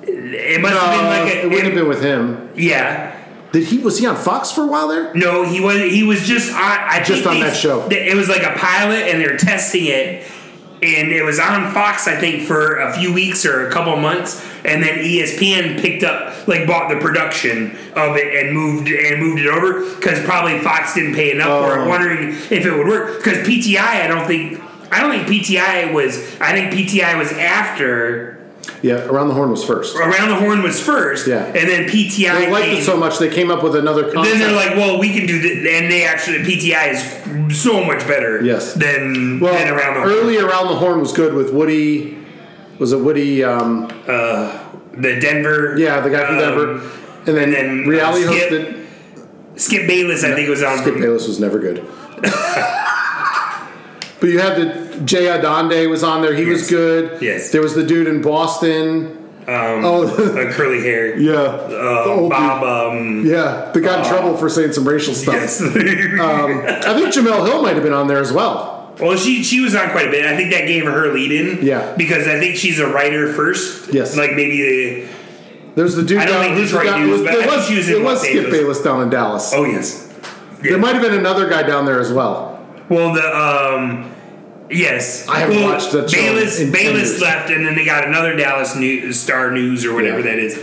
Speaker 3: it must
Speaker 2: Uh,
Speaker 3: have been like a,
Speaker 2: it wouldn't have been with him.
Speaker 3: yeah.
Speaker 2: Did he was he on Fox for a while there?
Speaker 3: No, he was he was just on I
Speaker 2: Just
Speaker 3: think
Speaker 2: on
Speaker 3: they-
Speaker 2: that show.
Speaker 3: th- It was like a pilot, and they're testing it, and it was on Fox, I think, for a few weeks or a couple months, and then E ESPN picked up, like, bought the production of it and moved and moved it over because probably Fox didn't pay enough for
Speaker 2: Oh.
Speaker 3: it, wondering if it would work because PTI, I don't think. I don't think PTI was. I think PTI was after
Speaker 2: Yeah, Around the Horn was first.
Speaker 3: Around the Horn was first,
Speaker 2: Yeah.
Speaker 3: and then PTI.
Speaker 2: They liked
Speaker 3: came.
Speaker 2: it so much they came up with another concept.
Speaker 3: Then they're like, well, we can do this. And they actually, PTI is so much better
Speaker 2: Yes.
Speaker 3: than,
Speaker 2: well,
Speaker 3: than around the
Speaker 2: early around the horn was good with Woody. Was it Woody? Um,
Speaker 3: The Denver.
Speaker 2: yeah, the guy from
Speaker 3: um,
Speaker 2: Denver. And then,
Speaker 3: and then, uh,
Speaker 2: reality
Speaker 3: Skip.
Speaker 2: hosted.
Speaker 3: Skip Bayless, I think, was um, on.
Speaker 2: Skip
Speaker 3: from-
Speaker 2: Bayless was never
Speaker 3: *laughs*
Speaker 2: good. but you had the Jay Adonde was on there. He was
Speaker 3: Yes.
Speaker 2: good.
Speaker 3: Yes.
Speaker 2: There was the dude in Boston.
Speaker 3: Um,
Speaker 2: Oh, *laughs*
Speaker 3: uh, curly hair.
Speaker 2: yeah.
Speaker 3: Uh,
Speaker 2: the old
Speaker 3: Bob. Um,
Speaker 2: dude. Yeah, that got in trouble for saying some racial stuff.
Speaker 3: yes. *laughs*
Speaker 2: Um, I think Jamel Hill might have been on there as well.
Speaker 3: well, she she was on quite a bit. I think that gave her her lead in.
Speaker 2: Yeah.
Speaker 3: Because I think she's a writer first.
Speaker 2: Yes.
Speaker 3: Like maybe the.
Speaker 2: There's the dude
Speaker 3: I don't
Speaker 2: down
Speaker 3: think
Speaker 2: who's the
Speaker 3: Detroit
Speaker 2: guy-
Speaker 3: knew,
Speaker 2: was-
Speaker 3: but I
Speaker 2: It
Speaker 3: think
Speaker 2: was,
Speaker 3: she was in
Speaker 2: it was
Speaker 3: Los
Speaker 2: Skip
Speaker 3: Angeles.
Speaker 2: Bayless down in Dallas.
Speaker 3: Oh, yes. Yeah.
Speaker 2: There might have been another guy down there as well.
Speaker 3: Well, the um, yes,
Speaker 2: I haven't
Speaker 3: Well,
Speaker 2: watched that show
Speaker 3: Bayless
Speaker 2: in 10
Speaker 3: Bayless
Speaker 2: years.
Speaker 3: left, and then they got another Dallas News, Star News or whatever
Speaker 2: Yeah.
Speaker 3: that is.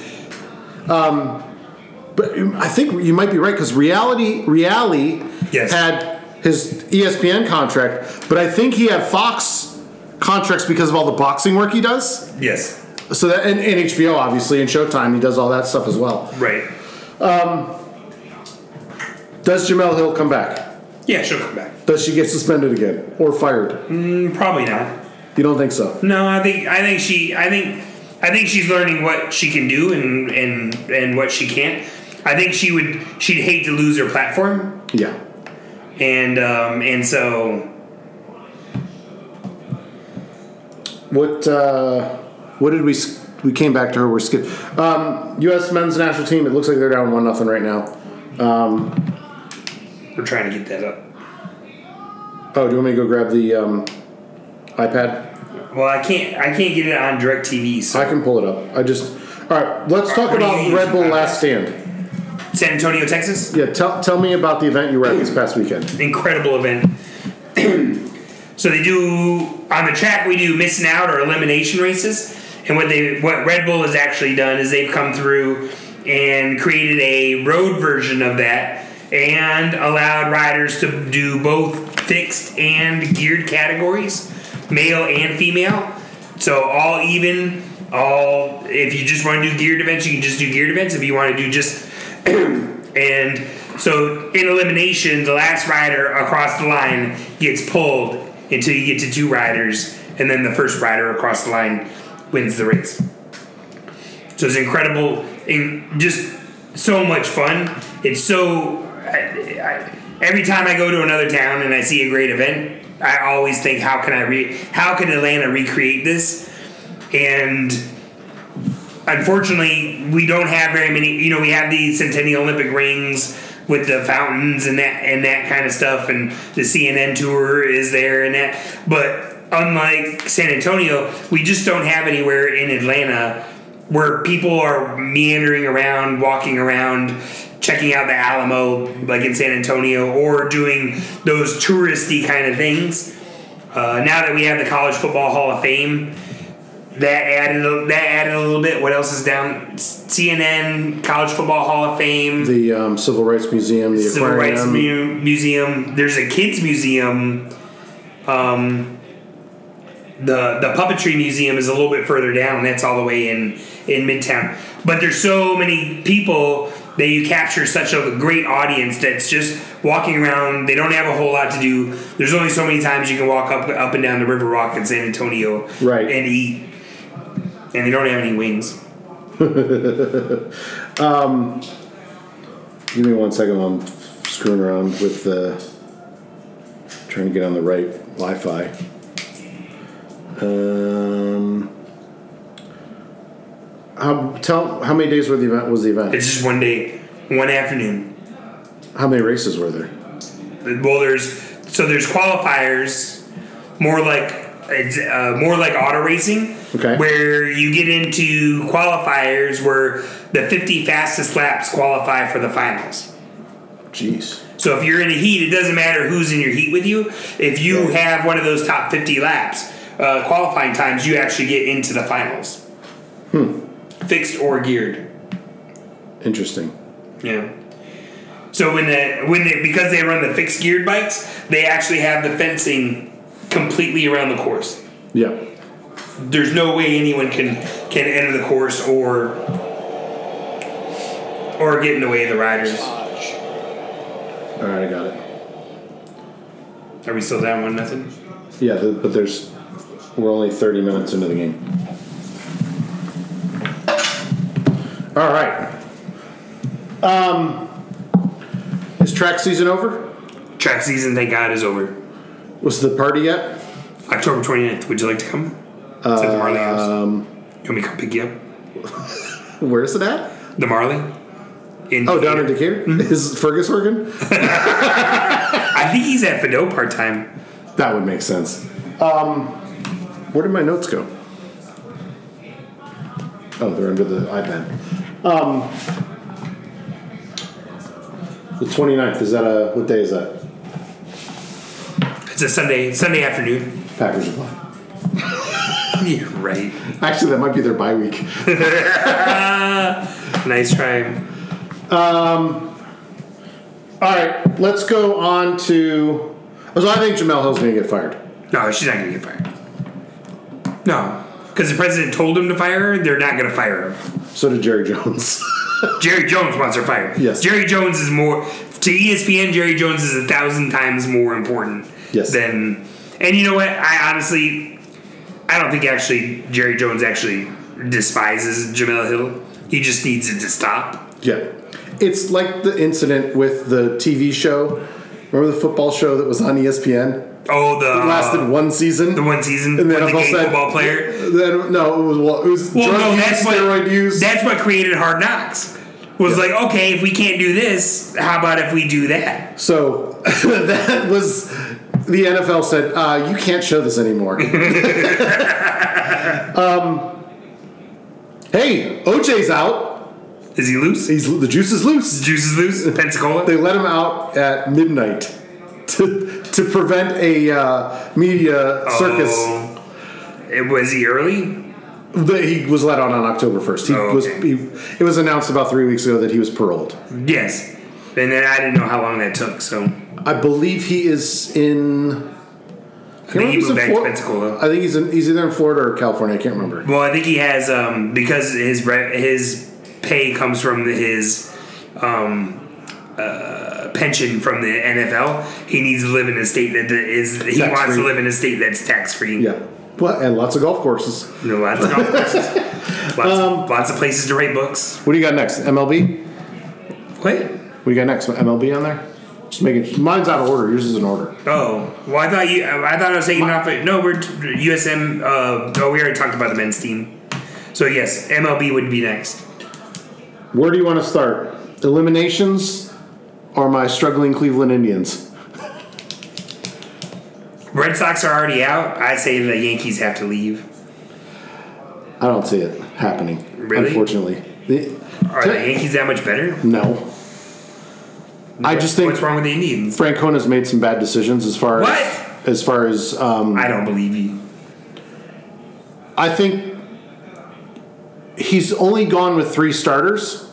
Speaker 2: But I think you might be right because reality, reality
Speaker 3: Yes.
Speaker 2: had his E ESPN contract, but I think he had Fox contracts because of all the boxing work he does.
Speaker 3: Yes,
Speaker 2: So that and, and HBO obviously and Showtime, he does all that stuff as well.
Speaker 3: right.
Speaker 2: Does Jamel Hill come back?
Speaker 3: Yeah, she'll come back.
Speaker 2: Does she get suspended again or fired?
Speaker 3: Mm, Probably not.
Speaker 2: You don't think so?
Speaker 3: No, I think I think she I think I think she's learning what she can do and and and what she can't. I think she would she'd hate to lose her platform,
Speaker 2: Yeah.
Speaker 3: and um, and so
Speaker 2: What uh, what did we s- we came back to her? We're skip. Um, U.S. men's national team. It looks like they're down one nothing right now.
Speaker 3: we're trying to get that up.
Speaker 2: Oh, do you want me to go grab the um, iPad?
Speaker 3: Well, I can't I can't get it on Directv, so
Speaker 2: I can pull it up. I just all right. Let's
Speaker 3: All right,
Speaker 2: talk
Speaker 3: what do
Speaker 2: about
Speaker 3: you
Speaker 2: Red
Speaker 3: use?
Speaker 2: Bull Last Stand.
Speaker 3: San Antonio, Texas.
Speaker 2: Yeah, tell tell me about the event you were at this past weekend.
Speaker 3: incredible event. *clears throat* so they do on the track we do missing out or elimination races, and what they what Red Bull has actually done is they've come through and created a road version of that and allowed riders to do both fixed and geared categories, male and female. So all even all. If you just want to do geared events, you can just do geared events. If you want to do just *clears throat* and so in elimination, the last rider across the line gets pulled until you get to two riders, and then the first rider across the line wins the race. So it's incredible and just so much fun. It's so. I, I, every time I go to another town and I see a great event, I always think, how can I re? How can Atlanta recreate this? And unfortunately, we don't have very many. You know, we have the Centennial Olympic rings with the fountains and that and that kind of stuff, and the CNN tour is there and that. But unlike San Antonio, we just don't have anywhere in Atlanta where people are meandering around, walking around, checking out the Alamo, like in San Antonio, or doing those touristy kind of things. Uh, now that we have the College Football Hall of Fame, that added a, that added a little bit. What else is down? CNN, College Football Hall of Fame,
Speaker 2: The um, Civil Rights Museum, the
Speaker 3: Civil
Speaker 2: aquarium.
Speaker 3: Rights Mu- Museum. There's a kids museum. Um, the the puppetry museum is a little bit further down. That's all the way in in Midtown. But there's so many people that you capture such a great audience that's just walking around. They don't have a whole lot to do. There's only so many times you can walk up up and down the River Rock in San Antonio,
Speaker 2: Right.
Speaker 3: and eat. And they don't have any wings.
Speaker 2: Give me one second while I'm screwing around with the. trying to get on the right Wi Fi. Um, how, tell, how many days were the event, was the event?
Speaker 3: It's just one day, one afternoon.
Speaker 2: How many races were there?
Speaker 3: well there's so there's qualifiers more like it's, uh, more like auto racing
Speaker 2: Okay.
Speaker 3: where you get into qualifiers where the 50 fastest laps qualify for the finals
Speaker 2: Jeez.
Speaker 3: so if you're in a heat, it doesn't matter who's in your heat with you. If you
Speaker 2: Right.
Speaker 3: have one of those top 50 laps, uh, qualifying times, you actually get into the finals. Hmm. Fixed or geared.
Speaker 2: Interesting.
Speaker 3: Yeah. So when the when they because they run the fixed geared bikes, they actually have the fencing completely around the course.
Speaker 2: Yeah.
Speaker 3: There's no way anyone can can enter the course or or get in the way of the riders.
Speaker 2: All right, I got it.
Speaker 3: Are we still down one nothing?
Speaker 2: Yeah, the, but there's. We're only 30 minutes into the game. All right. Um, is track season over?
Speaker 3: Track season, thank God, is over.
Speaker 2: Was the party yet?
Speaker 3: October 29th. Would you like to come? It's at the Marley House. you want me to come pick you up?
Speaker 2: Where is it at?
Speaker 3: The Marley. In
Speaker 2: Oh, down in
Speaker 3: Decatur.
Speaker 2: Decatur? Is Fergus working?
Speaker 3: I think he's at Fido part time.
Speaker 2: That would make sense. Um, where did my notes go? Oh, they're under the iPad. Um, the 29th, is that a, what day is that?
Speaker 3: It's a Sunday Sunday afternoon.
Speaker 2: Packers reply.
Speaker 3: *laughs* You're right.
Speaker 2: Actually, that might be their bye week.
Speaker 3: *laughs* Nice try.
Speaker 2: All right, let's go on to. So I think Jamel Hill's going to get fired.
Speaker 3: No, she's not gonna get fired. No, because the president told him to fire her. They're not gonna fire her.
Speaker 2: So did Jerry Jones. *laughs*
Speaker 3: Jerry Jones wants her fired.
Speaker 2: Yes.
Speaker 3: Jerry Jones is more to E ESPN. Jerry Jones is a thousand times more important.
Speaker 2: Yes.
Speaker 3: Than, and you know what? I honestly, I don't think actually Jerry Jones actually despises Jamel Hill. He just needs it to stop.
Speaker 2: Yeah. It's like the incident with the TV show. Remember the football show that was on E ESPN?
Speaker 3: Oh, the
Speaker 2: It lasted one season.
Speaker 3: the one season
Speaker 2: and
Speaker 3: with
Speaker 2: then
Speaker 3: the
Speaker 2: NFL
Speaker 3: gay
Speaker 2: said,
Speaker 3: football player.
Speaker 2: Then, no, it was, well, it was
Speaker 3: Well,
Speaker 2: drug
Speaker 3: no,
Speaker 2: use,
Speaker 3: that's
Speaker 2: steroid
Speaker 3: what
Speaker 2: use.
Speaker 3: that's what created Hard Knocks. Was like, okay, if we can't do this, how about if we do that?
Speaker 2: so *laughs* that was the NFL said uh, you can't show this
Speaker 3: *laughs*
Speaker 2: anymore. um, hey, OJ's out.
Speaker 3: Is he loose?
Speaker 2: He's the juice is loose.
Speaker 3: Juice is
Speaker 2: *laughs*
Speaker 3: loose. Pensacola.
Speaker 2: They let him out at midnight *laughs* to to prevent a uh, media circus.
Speaker 3: Oh. It was he early?
Speaker 2: That he was let out on October first. He
Speaker 3: Oh,
Speaker 2: was.
Speaker 3: okay.
Speaker 2: He, it was announced about three weeks ago that he was paroled.
Speaker 3: Yes. And then I didn't know how long that took. So
Speaker 2: I believe he is in I
Speaker 3: think he
Speaker 2: he's
Speaker 3: moved back
Speaker 2: in
Speaker 3: to
Speaker 2: Flor-
Speaker 3: Pensacola.
Speaker 2: I think he's in, he's either in Florida or California. I can't remember.
Speaker 3: Well, I think he has um, because his re- his pay comes from his um, uh, pension from the NFL. He needs to live in a state that is he
Speaker 2: Tax
Speaker 3: wants
Speaker 2: free.
Speaker 3: to live in a state that's tax free.
Speaker 2: Yeah, well, and lots of golf courses.
Speaker 3: you know, lots
Speaker 2: *laughs*
Speaker 3: of golf courses, lots,
Speaker 2: Um,
Speaker 3: of, lots of places to write books.
Speaker 2: What do you got next? MLB.
Speaker 3: What?
Speaker 2: What do you got next? MLB on there? Just making mine's out of order. Yours is in order.
Speaker 3: Oh, well, I thought you. I thought I was taking off. No, we're t- USM. Uh, oh, we already talked about the men's team. So yes, MLB would be next.
Speaker 2: Where do you want to start? Eliminations or my struggling Cleveland Indians?
Speaker 3: Red Sox are already out. I say the Yankees have to leave.
Speaker 2: I don't see it happening.
Speaker 3: Really?
Speaker 2: Unfortunately. The-
Speaker 3: Are the Yankees that much better?
Speaker 2: no. I just think
Speaker 3: What's wrong with the Indians?
Speaker 2: Francona's made some bad decisions as far
Speaker 3: What?
Speaker 2: as as far as um,
Speaker 3: I don't believe you.
Speaker 2: I think he's only gone with three starters,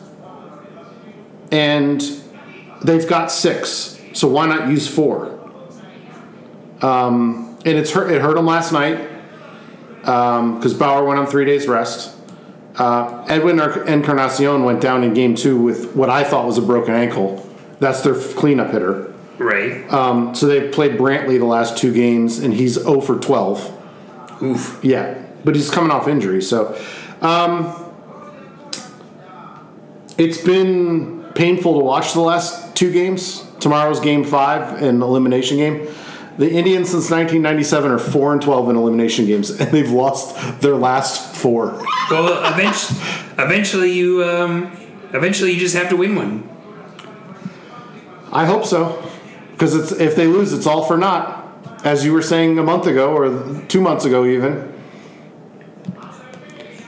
Speaker 2: and they've got six. So why not use four? Um, and it's hurt. It hurt him last night because Bauer went on three days rest. Uh, Edwin Encarnacion went down in game two with what I thought was a broken ankle. That's their cleanup hitter.
Speaker 3: Right.
Speaker 2: Um, so they've played Brantley the last two games, and he's 0 for 12.
Speaker 3: Oof.
Speaker 2: Yeah, but he's coming off injury, so um, it's been painful to watch the last two games. Tomorrow's game five and elimination game. The Indians since 1997 are four and 12 in elimination games, *laughs* and they've lost their last four.
Speaker 3: Well, eventually, eventually you, um, eventually you just have to win one.
Speaker 2: I hope so, because it's if they lose, it's all for naught, as you were saying a month ago or two months ago even. Um,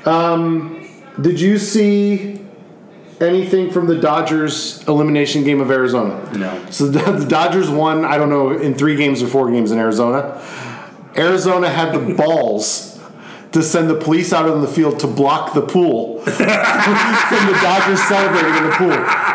Speaker 2: did you see anything from the Dodgers elimination game of Arizona?
Speaker 3: No.
Speaker 2: So the, the Dodgers won, I don't know, in three games or four games in Arizona. Arizona had the balls to send the police out on the field to block the pool *laughs* from the Dodgers celebrating in the pool. *laughs*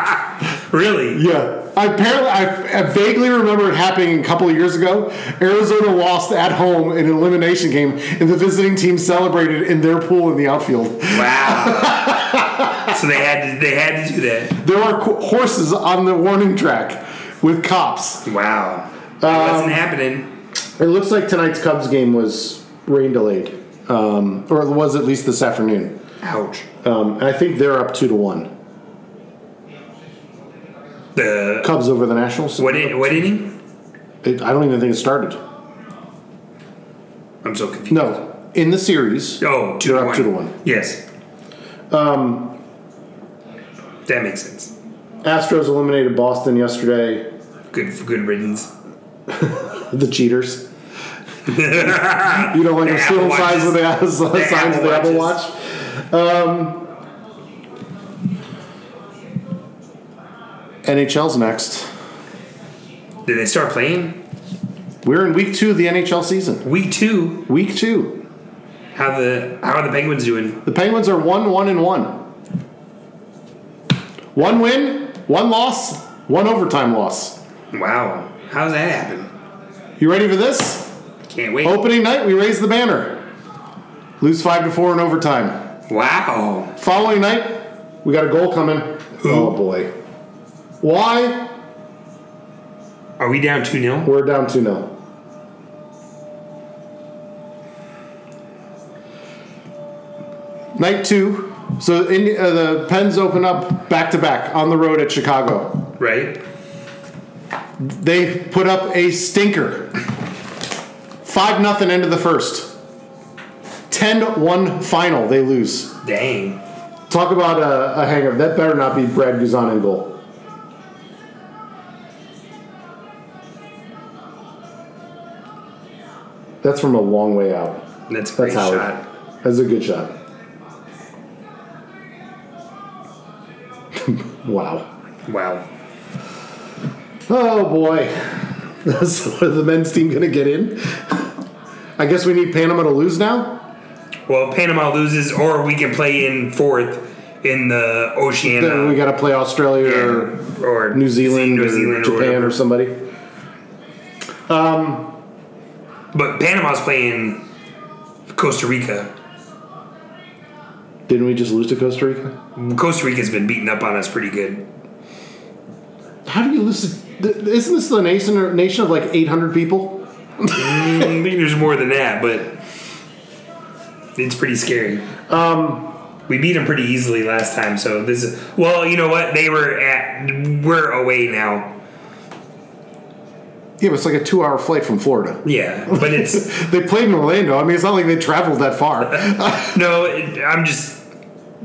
Speaker 3: Really?
Speaker 2: Yeah. I apparently I, I vaguely remember it happening a couple of years ago. Arizona lost at home in an elimination game, and the visiting team celebrated in their pool in the outfield.
Speaker 3: Wow. so they had to, they had to do that.
Speaker 2: There were qu- horses on the warning track with cops.
Speaker 3: Wow. It
Speaker 2: Um,
Speaker 3: wasn't happening.
Speaker 2: It looks like tonight's Cubs game was rain delayed, um, or it was at least this afternoon.
Speaker 3: Ouch.
Speaker 2: Um, and I think they're up two to one.
Speaker 3: The
Speaker 2: Cubs over the Nationals.
Speaker 3: what? In, what inning?
Speaker 2: It, I don't even think it started.
Speaker 3: I'm so confused.
Speaker 2: No, in the series.
Speaker 3: Oh, two
Speaker 2: They're
Speaker 3: to
Speaker 2: up
Speaker 3: one.
Speaker 2: two to one.
Speaker 3: Yes. Um. That makes sense.
Speaker 2: Astros eliminated Boston yesterday.
Speaker 3: Good. Good riddance.
Speaker 2: The cheaters. You don't like
Speaker 3: The
Speaker 2: them
Speaker 3: Apple
Speaker 2: stealing signs with the,
Speaker 3: The
Speaker 2: signs with the Apple
Speaker 3: Apple
Speaker 2: Watch.
Speaker 3: Watches.
Speaker 2: Um, NHL's next.
Speaker 3: Did they start playing?
Speaker 2: We're in week two of the NHL season.
Speaker 3: Week two.
Speaker 2: Week two.
Speaker 3: How the how are the Penguins doing?
Speaker 2: The Penguins are one, one, and one. One win, one loss, one overtime loss.
Speaker 3: Wow. How's that happen?
Speaker 2: You ready for this?
Speaker 3: Can't wait.
Speaker 2: Opening night, we raise the banner. Lose five to four in overtime.
Speaker 3: Wow.
Speaker 2: Following night, we got a goal coming. Oh boy. Why?
Speaker 3: Are we down 2 0?
Speaker 2: We're down 2 0. Night two. So in, uh, the Pens open up back to back on the road at Chicago.
Speaker 3: Right?
Speaker 2: They put up a stinker. 5 nothing into the first. 10 1 final, they lose.
Speaker 3: Dang.
Speaker 2: Talk about a, a hang up. That better not be Brad Guzan in goal. That's from a long way out.
Speaker 3: That's a
Speaker 2: That's
Speaker 3: great
Speaker 2: how.
Speaker 3: shot.
Speaker 2: That's a good shot. *laughs* wow.
Speaker 3: Wow.
Speaker 2: Oh boy. *laughs* so are the men's team gonna get in? I guess we need Panama to lose now.
Speaker 3: Well, if Panama loses, or we can play in fourth in the
Speaker 2: Then we
Speaker 3: Oceania.
Speaker 2: gotta play Australia or
Speaker 3: or, or
Speaker 2: New Zealand,
Speaker 3: New Zealand
Speaker 2: or Japan
Speaker 3: whatever.
Speaker 2: or somebody. Um,
Speaker 3: But Panama's playing Costa Rica.
Speaker 2: Didn't we just lose to Costa Rica?
Speaker 3: Costa Rica's been beaten up on us pretty good.
Speaker 2: How do you lose? To, th- isn't this the nation nation of like 800 people?
Speaker 3: I think Mm, there's more than that, but it's pretty scary. Um, we beat them pretty easily last time, so this is well. You know what? They were at we're away now.
Speaker 2: Yeah, but it's like a two-hour flight from Florida.
Speaker 3: Yeah, but it's *laughs*
Speaker 2: They played in Orlando. I mean, it's not like they traveled that far.
Speaker 3: no. It, I'm just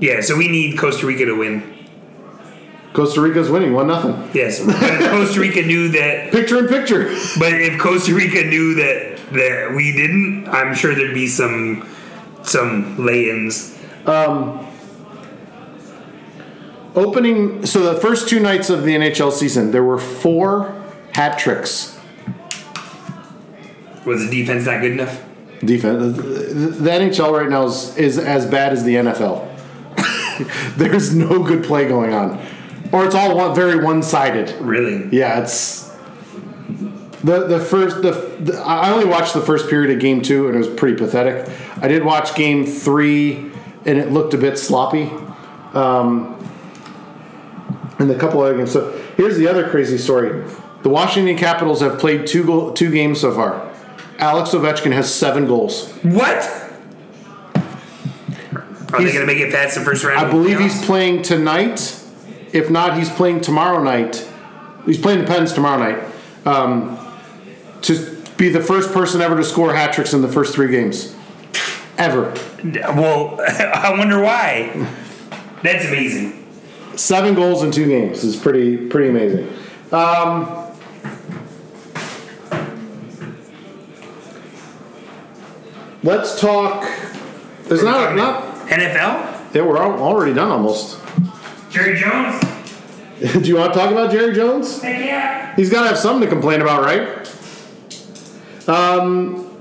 Speaker 3: yeah. So we need Costa Rica to win.
Speaker 2: *laughs* Costa Rica's winning one nothing.
Speaker 3: Yes, but Costa Rica knew that.
Speaker 2: Picture in picture.
Speaker 3: But if Costa Rica knew that that we didn't, I'm sure there'd be some some lay-ins.
Speaker 2: Opening. So the first two nights of the NHL season, there were four hat tricks.
Speaker 3: Was the defense not good enough?
Speaker 2: Defense. The NHL right now is, is as bad as the *laughs* NFL. There's no good play going on, or it's all one, very one-sided.
Speaker 3: Really?
Speaker 2: Yeah, it's the the first the, the I only watched the first period of game two and it was pretty pathetic. I did watch game three and it looked a bit sloppy. Um, and a couple other games. So here's the other crazy story: the Washington Capitals have played two goal, two games so far. Alex Ovechkin has seven goals.
Speaker 3: What? Are
Speaker 2: He's-
Speaker 3: they going to make it past the first round?
Speaker 2: I believe he's playing tonight. If not, he's playing tomorrow night. He's playing the Pens tomorrow night. Um, to be the first person ever to score hat tricks in the first three games, ever.
Speaker 3: Well, *laughs* I wonder why. That's amazing.
Speaker 2: Seven goals in two games is pretty pretty amazing. Um, let's talk. There's not not.
Speaker 3: NFL?
Speaker 2: Yeah, we're al- already done almost. *laughs*
Speaker 3: Jerry Jones?
Speaker 2: Do you want to talk about Jerry Jones?
Speaker 3: Heck yeah.
Speaker 2: He's got to have something to complain about, right? Um,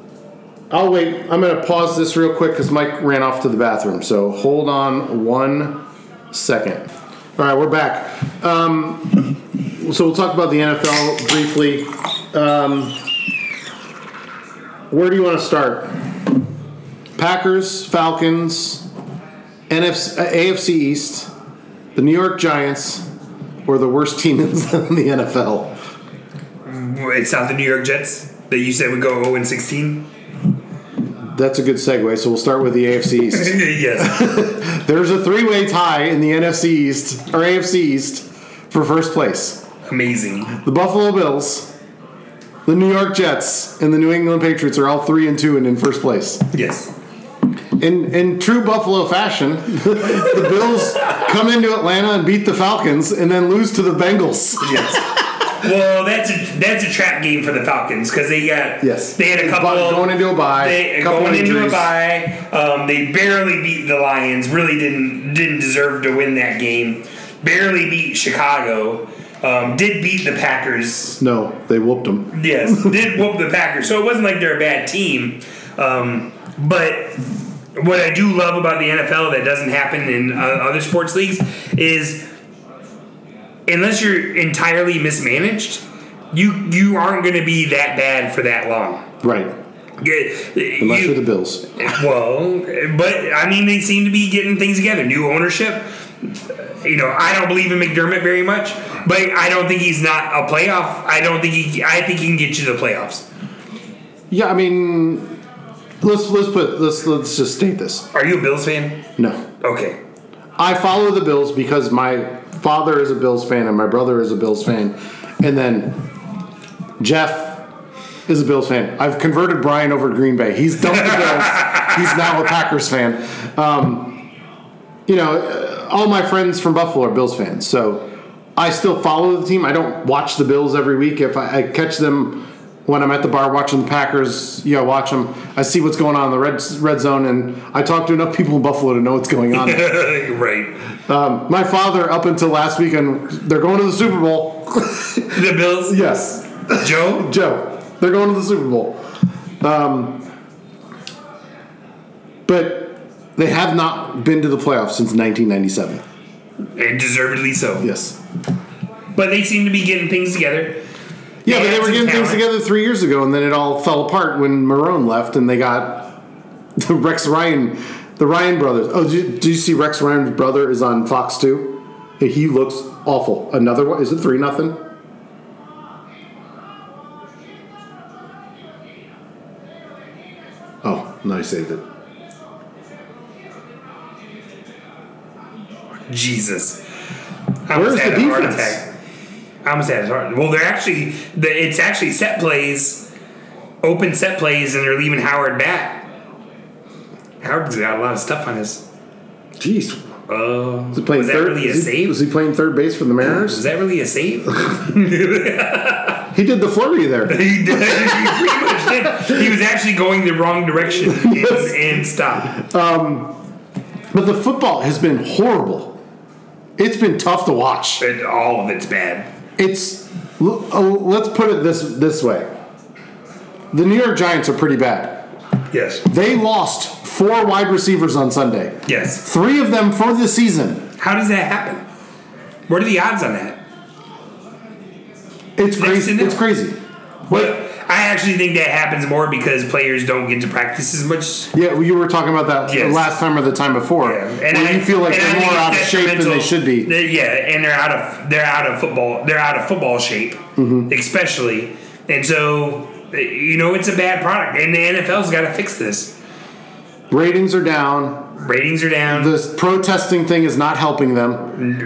Speaker 2: I'll wait. I'm going to pause this real quick because Mike ran off to the bathroom. So hold on one second. All right, we're back. Um, so we'll talk about the NFL briefly. Um, where do you want to start? Packers, Falcons, NFC, uh, AFC East, the New York Giants, or the worst team *laughs* in the NFL?
Speaker 3: It's not the New York Jets that you said would go 0 and 16?
Speaker 2: That's a good segue. So we'll start with the AFC
Speaker 3: *laughs*
Speaker 2: East.
Speaker 3: *laughs* yes.
Speaker 2: There's a three-way tie in the NFC East or AFC East for first place.
Speaker 3: Amazing.
Speaker 2: The Buffalo Bills, the New York Jets, and the New England Patriots are all three and two and in first place.
Speaker 3: Yes.
Speaker 2: In in true Buffalo fashion, *laughs* the Bills come into Atlanta and beat the Falcons and then lose to the Bengals.
Speaker 3: Yes. well, that's a that's a trap game for the Falcons because they got
Speaker 2: Yes.
Speaker 3: they had a
Speaker 2: Bu-
Speaker 3: couple
Speaker 2: going into a bye,
Speaker 3: they,
Speaker 2: couple
Speaker 3: going into a
Speaker 2: injuries.
Speaker 3: bye. Um, they barely beat the Lions. Really didn't didn't deserve to win that game. Barely beat Chicago. Um, did beat the Packers.
Speaker 2: No, they whooped them.
Speaker 3: Yes, did whoop the Packers. So it wasn't like they're a bad team. Um, but what I do love about the NFL that doesn't happen in uh, other sports leagues is unless you're entirely mismanaged, you you aren't going to be that bad for that long.
Speaker 2: Right.
Speaker 3: Yeah,
Speaker 2: Unless
Speaker 3: you-
Speaker 2: you're the Bills.
Speaker 3: well, but I mean, they seem to be getting things together. New ownership. You know, I don't believe in McDermott very much, but I don't think he's not a playoff. I don't think he. I think he can get you to the playoffs.
Speaker 2: Yeah, I mean, let's let's put let's let's just state this.
Speaker 3: Are you a Bills fan?
Speaker 2: No,
Speaker 3: Okay. *laughs*
Speaker 2: I follow the Bills because my father is a Bills fan and my brother is a Bills fan, and then Jeff is a Bills fan. I've converted Brian over to Green Bay. He's dumped the Bills. He's now a Packers fan. Um, you know, uh, all my friends from Buffalo are Bills fans, so I still follow the team. I don't watch the Bills every week. If I, I catch them when I'm at the bar watching the Packers, you know, watch them. I see what's going on in the red red zone, and I talk to enough people in Buffalo to know what's going on.
Speaker 3: right.
Speaker 2: Um, my father, up until last weekend, they're going to the Super Bowl. *laughs*
Speaker 3: The Bills.
Speaker 2: yes,
Speaker 3: Joe.
Speaker 2: *laughs* Joe, they're going to the Super Bowl. Um, but they have not been to the playoffs since 1997.
Speaker 3: And Eh, deservedly so.
Speaker 2: Yes.
Speaker 3: But they seem to be getting things together.
Speaker 2: Yeah, but they
Speaker 3: had
Speaker 2: were
Speaker 3: some
Speaker 2: getting things
Speaker 3: talent.
Speaker 2: together three years ago, and then it all fell apart when Marone left, and they got *laughs* the Rex Ryan, the Ryan brothers. Oh, did you, did you see Rex Ryan's brother is on Fox too? He looks awful. Another one? Is it three nothing? Oh, no, I saved it.
Speaker 3: Jesus. I
Speaker 2: Where's
Speaker 3: almost had
Speaker 2: the
Speaker 3: a heart
Speaker 2: defense?
Speaker 3: attack. I almost had a heart. Well, they're actually the, it's actually set plays, open set plays, and they're leaving Howard back. Howard's got a lot of stuff on his.
Speaker 2: Jeez,
Speaker 3: Oh,
Speaker 2: was he playing
Speaker 3: was that
Speaker 2: third?
Speaker 3: really a
Speaker 2: is he-
Speaker 3: save?
Speaker 2: Was he playing third base for the Mariners?
Speaker 3: Was that really
Speaker 2: *laughs*
Speaker 3: a save?
Speaker 2: He did the flurry
Speaker 3: *laughs*
Speaker 2: there.
Speaker 3: he did. He pretty much did. He was actually going the
Speaker 2: *laughs*
Speaker 3: wrong direction and, and stopped.
Speaker 2: But the football has been horrible. It's been tough to watch.
Speaker 3: And all of it's bad.
Speaker 2: It's l- oh, let's put it this this way. The New York Giants are pretty bad.
Speaker 3: Yes.
Speaker 2: They lost four wide receivers on Sunday.
Speaker 3: Yes.
Speaker 2: Three of them for the season.
Speaker 3: How does that happen? What are the odds on that?
Speaker 2: It's crazy.
Speaker 3: to
Speaker 2: It's
Speaker 3: nil.
Speaker 2: crazy.
Speaker 3: But I actually think that happens more because players don't get to practice as much.
Speaker 2: Yeah, well, you were talking about that
Speaker 3: Yes.
Speaker 2: last time or the time before,
Speaker 3: And
Speaker 2: where
Speaker 3: I
Speaker 2: you feel like
Speaker 3: and I
Speaker 2: they're
Speaker 3: think
Speaker 2: more
Speaker 3: it's
Speaker 2: out of shape than they
Speaker 3: detrimental-
Speaker 2: should be.
Speaker 3: They're- yeah, and they're out of they're out of football they're out of football shape,
Speaker 2: Mm-hmm.
Speaker 3: especially. And so you know it's a bad product, and the NFL's got to fix this.
Speaker 2: Ratings are down.
Speaker 3: Ratings are down.
Speaker 2: This protesting thing is not helping them.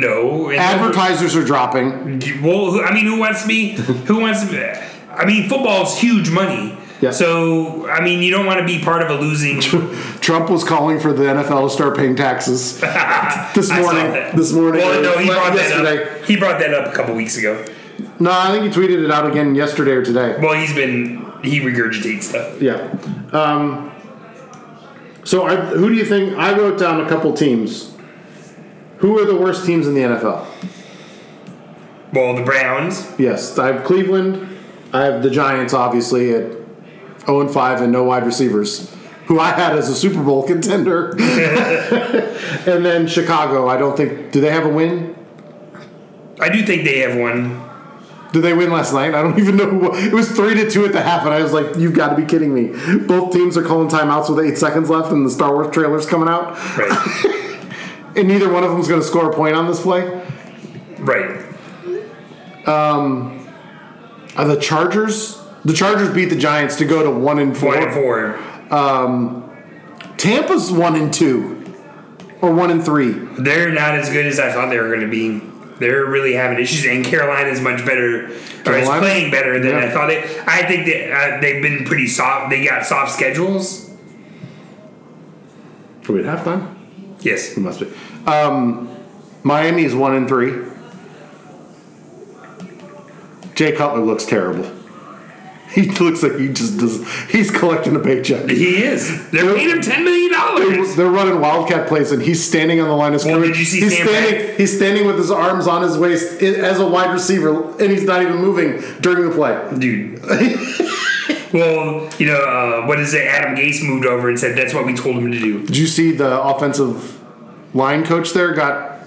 Speaker 3: no And-
Speaker 2: Advertisers are dropping.
Speaker 3: Well, who- I mean, who wants to be? Who wants to? Be, I mean, football's huge money.
Speaker 2: Yeah.
Speaker 3: So I mean, you don't want to be part of a losing. *laughs*
Speaker 2: Trump was calling for the NFL to start paying taxes. This
Speaker 3: I saw
Speaker 2: morning-
Speaker 3: that.
Speaker 2: this morning,
Speaker 3: Well, no, he
Speaker 2: uh,
Speaker 3: brought that
Speaker 2: yesterday.
Speaker 3: up. He brought that up a couple weeks ago.
Speaker 2: No, I think he tweeted it out again yesterday or today.
Speaker 3: Well, he's been he regurgitates stuff.
Speaker 2: Yeah. Um, so, I, who do you think? I wrote down a couple teams. Who are the worst teams in the NFL?
Speaker 3: Well, the Browns.
Speaker 2: Yes, I have Cleveland. I have the Giants, obviously, at 0 and 5 and no wide receivers, who I had as a Super Bowl *laughs* contender. and then Chicago, I don't think. Do they have a win?
Speaker 3: I do think they have one.
Speaker 2: Did they win last night? I don't even know. Who, it was three to two at the half, and I was like, "You've got to be kidding me!" Both teams are calling timeouts with eight seconds left, and the Star Wars trailer's coming out, *laughs*
Speaker 3: Right.
Speaker 2: and neither one of them's going to score a point on this play.
Speaker 3: right.
Speaker 2: Are Uh, the Chargers? The Chargers beat the Giants to go to one and four.
Speaker 3: One and four.
Speaker 2: Tampa's one and two, or one and three.
Speaker 3: They're not as good as I thought they were going to be. They're really having issues, and Carolina's much better, or is
Speaker 2: Carolina?
Speaker 3: playing better than I
Speaker 2: Yeah.
Speaker 3: thought. They, I think that uh, they've been pretty soft. They got soft schedules.
Speaker 2: Are we at halftime?
Speaker 3: Yes,
Speaker 2: It must be. Um, Miami is one and three. Jay Cutler looks terrible. *laughs* He looks like he just does. He's collecting a paycheck.
Speaker 3: he is. They're paying him ten million
Speaker 2: They're,
Speaker 3: dollars.
Speaker 2: they're running wildcat plays, and he's standing on the line of
Speaker 3: Well,
Speaker 2: scrimmage.
Speaker 3: did you see
Speaker 2: he's
Speaker 3: Sam
Speaker 2: standing. He's standing with his arms on his waist i- as a wide receiver, and he's not even moving during the play.
Speaker 3: Dude. *laughs* well, you know uh, what is it? Adam Gase moved over and said that's what we told him to do.
Speaker 2: Did you see the offensive line coach there got?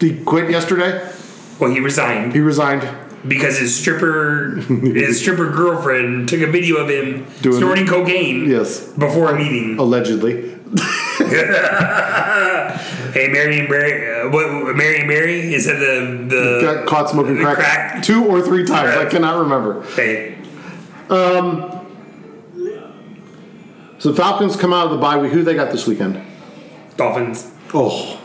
Speaker 2: He quit yesterday.
Speaker 3: Well, he resigned.
Speaker 2: He resigned.
Speaker 3: because his stripper
Speaker 2: *laughs*
Speaker 3: his stripper girlfriend took a video of him
Speaker 2: Doing- Oh.
Speaker 3: snorting cocaine
Speaker 2: Yes.
Speaker 3: before a meeting. Uh,
Speaker 2: Allegedly,
Speaker 3: Hey, Mary and Barry, uh, what Mary and Mary is that the the
Speaker 2: got caught smoking
Speaker 3: the
Speaker 2: crack,
Speaker 3: crack?
Speaker 2: two or three times.
Speaker 3: Crack.
Speaker 2: I cannot remember.
Speaker 3: Hey,
Speaker 2: So the Falcons come out of the bye week. Who they got this weekend?
Speaker 3: Dolphins?
Speaker 2: Oh,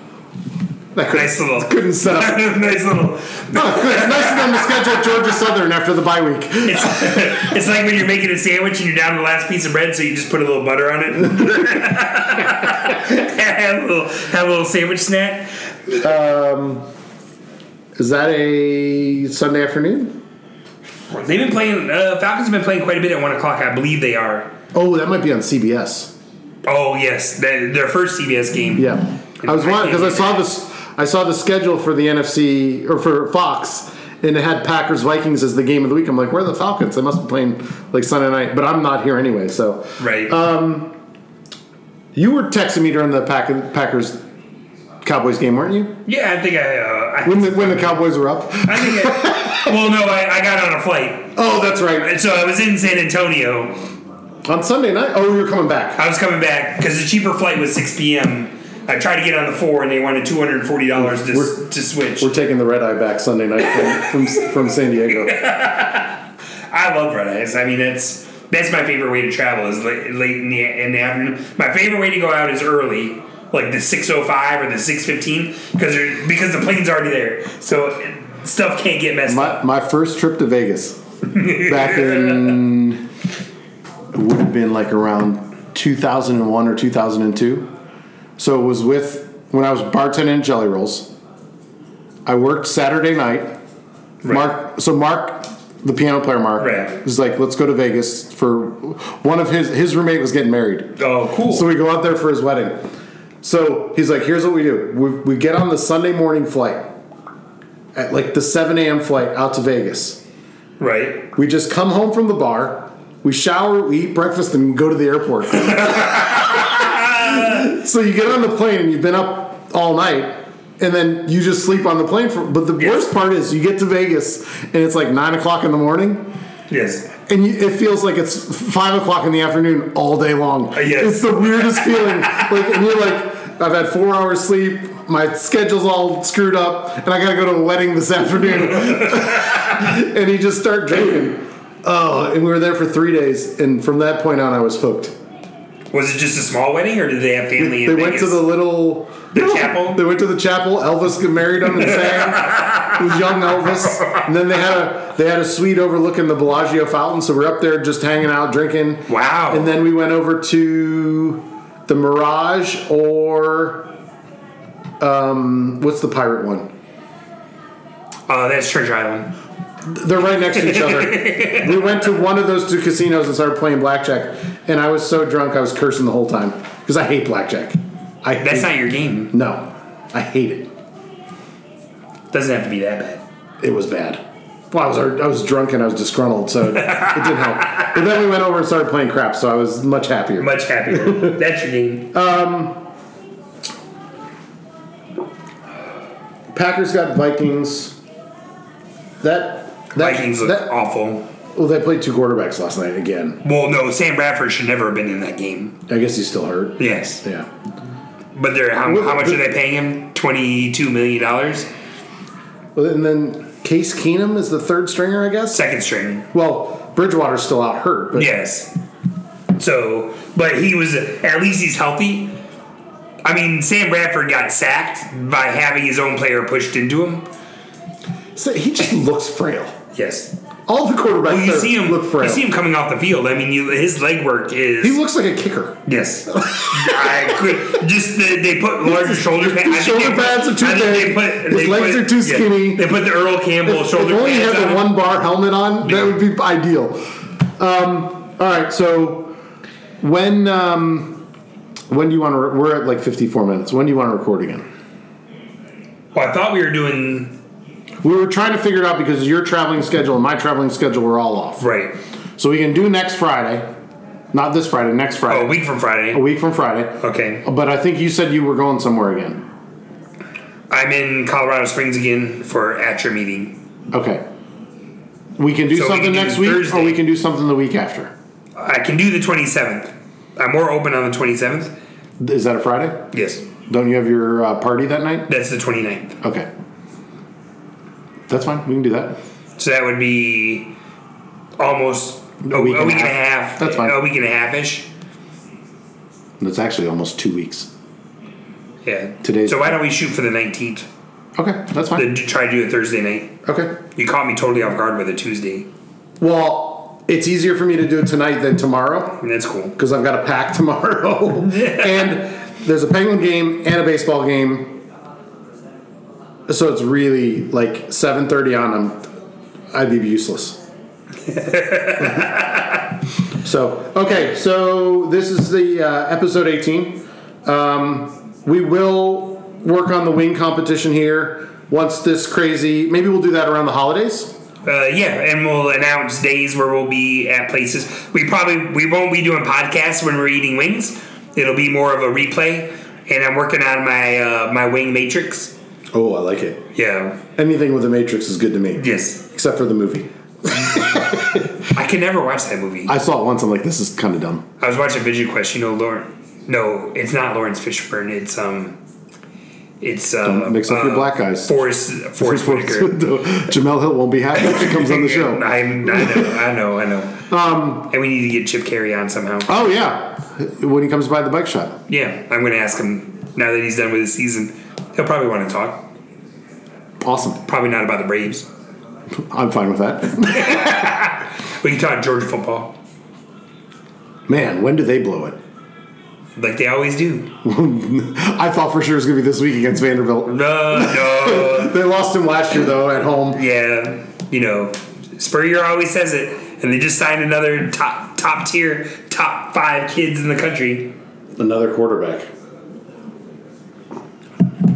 Speaker 2: that could,
Speaker 3: Nice little
Speaker 2: couldn't set up.
Speaker 3: *laughs*
Speaker 2: *laughs*
Speaker 3: nice little.
Speaker 2: Oh, good. Nice of them to schedule Georgia Southern after the bye week.
Speaker 3: It's, it's like when you're making a sandwich and you're down to the last piece of bread, so you just put a little butter on
Speaker 2: *laughs*
Speaker 3: it. *laughs* have, a little, have a little sandwich snack.
Speaker 2: Is that a Sunday afternoon?
Speaker 3: They've been playing. Uh, Falcons have been playing quite a bit at one o'clock, I believe they are.
Speaker 2: Oh, that might be on CBS.
Speaker 3: Oh yes, their their first CBS game.
Speaker 2: Yeah, I was wondering because I saw this. I saw the schedule for the NFC or for Fox, and it had Packers Vikings as the game of the week. I'm like, where are the Falcons? They must be playing like Sunday night, but I'm not here anyway. So
Speaker 3: Right.
Speaker 2: Uh, you were texting me during the Pack- Packers Cowboys game, weren't you?
Speaker 3: yeah, I think I. Uh, I,
Speaker 2: When the, when the Cowboys were up.
Speaker 3: I think I,
Speaker 2: *laughs*
Speaker 3: well, no, I, I got on a flight,
Speaker 2: Oh, that's right.
Speaker 3: and so I was in San Antonio.
Speaker 2: On Sunday night. Oh, you're coming back.
Speaker 3: I was coming back because the cheaper flight was 6 p.m. I tried to get on the four, and they wanted two hundred and forty dollars to
Speaker 2: We're-
Speaker 3: to switch.
Speaker 2: We're taking the red eye back Sunday night from from, from San Diego.
Speaker 3: I love red eyes. I mean, it's that's my favorite way to travel is late, late in, the, in the afternoon. My favorite way to go out is early, like the six oh five or the six fifteen, because they're- because the plane's already there, so stuff can't get messed up.
Speaker 2: My my first trip to Vegas back in it would have been like around 2001 or 2002. So it was with when I was bartending at Jelly Rolls. I worked Saturday night. Mark, so Mark, the piano player, Mark,
Speaker 3: Right.
Speaker 2: was like, "Let's go to Vegas for one of his his roommate was getting married."
Speaker 3: Oh, cool.
Speaker 2: So we go out there for his wedding. So he's like, here's what we do. We, we get on the Sunday morning flight at like the 7 a.m. flight out to Vegas.
Speaker 3: right.
Speaker 2: We just come home from the bar, we shower, we eat breakfast, and go to the airport. *laughs* so you get on the plane and you've been up all night. And then you just sleep on the plane. For, but the
Speaker 3: Yeah.
Speaker 2: worst part is you get to Vegas and it's like nine o'clock in the morning
Speaker 3: Yes.
Speaker 2: and you, it feels like it's five o'clock in the afternoon all day long.
Speaker 3: Uh, yes.
Speaker 2: It's the weirdest
Speaker 3: *laughs*
Speaker 2: feeling. Like, and you're like, I've had four hours sleep. My schedule's all screwed up, and I gotta go to a wedding this
Speaker 3: *laughs*
Speaker 2: afternoon. and you just start drinking. Oh, and we were there for three days, and from that point on, I was hooked.
Speaker 3: Was it just a small wedding, or did they have family?
Speaker 2: They
Speaker 3: in
Speaker 2: went
Speaker 3: Vegas?
Speaker 2: to the little
Speaker 3: The chapel?
Speaker 2: They went to the chapel. Elvis got married on the
Speaker 3: *laughs*
Speaker 2: sand. it was young Elvis, and then they had a they had a suite overlooking the Bellagio fountain. So we're up there just hanging out, drinking.
Speaker 3: Wow.
Speaker 2: And then we went over to the Mirage or um, what's the pirate one?
Speaker 3: Oh, that's Church Island.
Speaker 2: They're right next to each other. we went to one of those two casinos and started playing blackjack. And I was so drunk, I was cursing the whole time because I hate blackjack. I hate-
Speaker 3: That's not your game.
Speaker 2: no, I hate it.
Speaker 3: Doesn't have to be that bad.
Speaker 2: It was bad. Well, I was I was drunk and I was disgruntled, so it didn't help. But then we went over and started playing crap, so I was much happier. *laughs*
Speaker 3: Much happier. that's your game.
Speaker 2: Packers got Vikings. That, that
Speaker 3: Vikings look
Speaker 2: that-
Speaker 3: awful.
Speaker 2: Well, they played two quarterbacks last night again.
Speaker 3: Well, no, Sam Bradford should never have been in that game.
Speaker 2: I guess he's still hurt.
Speaker 3: Yes.
Speaker 2: Yeah.
Speaker 3: But they're how,
Speaker 2: Well,
Speaker 3: how much
Speaker 2: the-
Speaker 3: are they paying him? Twenty-two million dollars.
Speaker 2: Well, and then Case Keenum is the third stringer, I guess.
Speaker 3: Second string.
Speaker 2: Well, Bridgewater's still out hurt, but
Speaker 3: Yes. So, but he was at least he's healthy. I mean, Sam Bradford got sacked by having his own player pushed into him.
Speaker 2: so he just looks frail.
Speaker 3: Yes.
Speaker 2: All the quarterbacks
Speaker 3: Well, you
Speaker 2: there
Speaker 3: see him.
Speaker 2: look frail.
Speaker 3: You see him coming off the field. I mean, you, his legwork is.
Speaker 2: He looks like a kicker. *laughs*
Speaker 3: Yes. I could, just the, they put larger shoulder pads. I think
Speaker 2: shoulder
Speaker 3: they put-
Speaker 2: pads are too
Speaker 3: I think
Speaker 2: big.
Speaker 3: They put,
Speaker 2: His
Speaker 3: they
Speaker 2: legs
Speaker 3: put-
Speaker 2: are too
Speaker 3: yeah,
Speaker 2: skinny.
Speaker 3: they put the Earl Campbell
Speaker 2: If, if
Speaker 3: shoulder
Speaker 2: only he
Speaker 3: pads
Speaker 2: had
Speaker 3: on
Speaker 2: the
Speaker 3: him.
Speaker 2: one bar helmet on, that would be ideal. Um, all right, so when um, when do you want to? Re- we're at like fifty four minutes. When do you want to record again?
Speaker 3: Well, I thought we were doing
Speaker 2: We were trying to figure it out because your traveling schedule and my traveling schedule were all off.
Speaker 3: right.
Speaker 2: So we can do next Friday, not this Friday, next Friday,
Speaker 3: Oh, a week from Friday.
Speaker 2: a week from Friday.
Speaker 3: Okay.
Speaker 2: But I think you said you were going somewhere again.
Speaker 3: I'm in Colorado Springs again for at your meeting.
Speaker 2: Okay. We can do
Speaker 3: So we
Speaker 2: something
Speaker 3: can do
Speaker 2: next week, or
Speaker 3: Thursday.
Speaker 2: we can do something the week after.
Speaker 3: I can do the 27th. I'm more open on the 27th.
Speaker 2: Is that a Friday?
Speaker 3: Yes.
Speaker 2: Don't you have your uh, party that night?
Speaker 3: That's the 29th.
Speaker 2: Okay. That's fine. We can do that.
Speaker 3: So that would be almost a, week, a week and a half.
Speaker 2: That's fine.
Speaker 3: A week and a half ish.
Speaker 2: That's actually almost two weeks.
Speaker 3: Yeah.
Speaker 2: Today's-
Speaker 3: So why don't we shoot for the 19th?
Speaker 2: Okay, that's fine.
Speaker 3: Then try to do it Thursday night.
Speaker 2: Okay.
Speaker 3: You caught me totally off guard with a Tuesday.
Speaker 2: Well, it's easier for me to do it tonight than tomorrow.
Speaker 3: And that's cool.
Speaker 2: because I've got a pack *laughs* tomorrow. and there's a Penguin game and a baseball game. So it's really like 7:30 on them. I'd be useless. so okay, so this is the uh, episode 18. Um, we will work on the wing competition here once this crazy. Maybe we'll do that around the holidays.
Speaker 3: Uh, yeah, and we'll announce days where we'll be at places. We probably we won't be doing podcasts when we're eating wings. It'll be more of a replay. And I'm working on my uh, my wing matrix.
Speaker 2: Oh, I like it.
Speaker 3: Yeah.
Speaker 2: Anything with the Matrix is good to me.
Speaker 3: Yes.
Speaker 2: Except for the movie.
Speaker 3: I can never watch that movie. I,
Speaker 2: I saw it once. I'm like, this is kind of dumb.
Speaker 3: was watching Vision Quest. You know, Lauren. No, it's not Lawrence Fishburne. It's um, it's uh,
Speaker 2: Don't mix up your
Speaker 3: uh,
Speaker 2: black guys. *laughs*
Speaker 3: Forrest Forrest Whitaker.
Speaker 2: Jamel Hill won't be happy if she comes on the
Speaker 3: *laughs*
Speaker 2: show.
Speaker 3: I, I know, I know, I know. Um, and we need to get Chip Carey on somehow.
Speaker 2: Oh yeah, when he comes by the bike shop.
Speaker 3: Yeah, I'm going to ask him now that he's done with his season. He'll probably want to talk.
Speaker 2: Awesome.
Speaker 3: Probably not about the Braves.
Speaker 2: I'm fine with that. *laughs*
Speaker 3: We can talk Georgia football,
Speaker 2: Man, when do they blow it? *laughs*
Speaker 3: like they always do.
Speaker 2: I thought for sure it was gonna be this week against Vanderbilt.
Speaker 3: No, no.
Speaker 2: They lost him last year though at home.
Speaker 3: *laughs* yeah, you know, Spurrier always says it, and they just signed another top top tier, top five kids in the country.
Speaker 2: Another quarterback.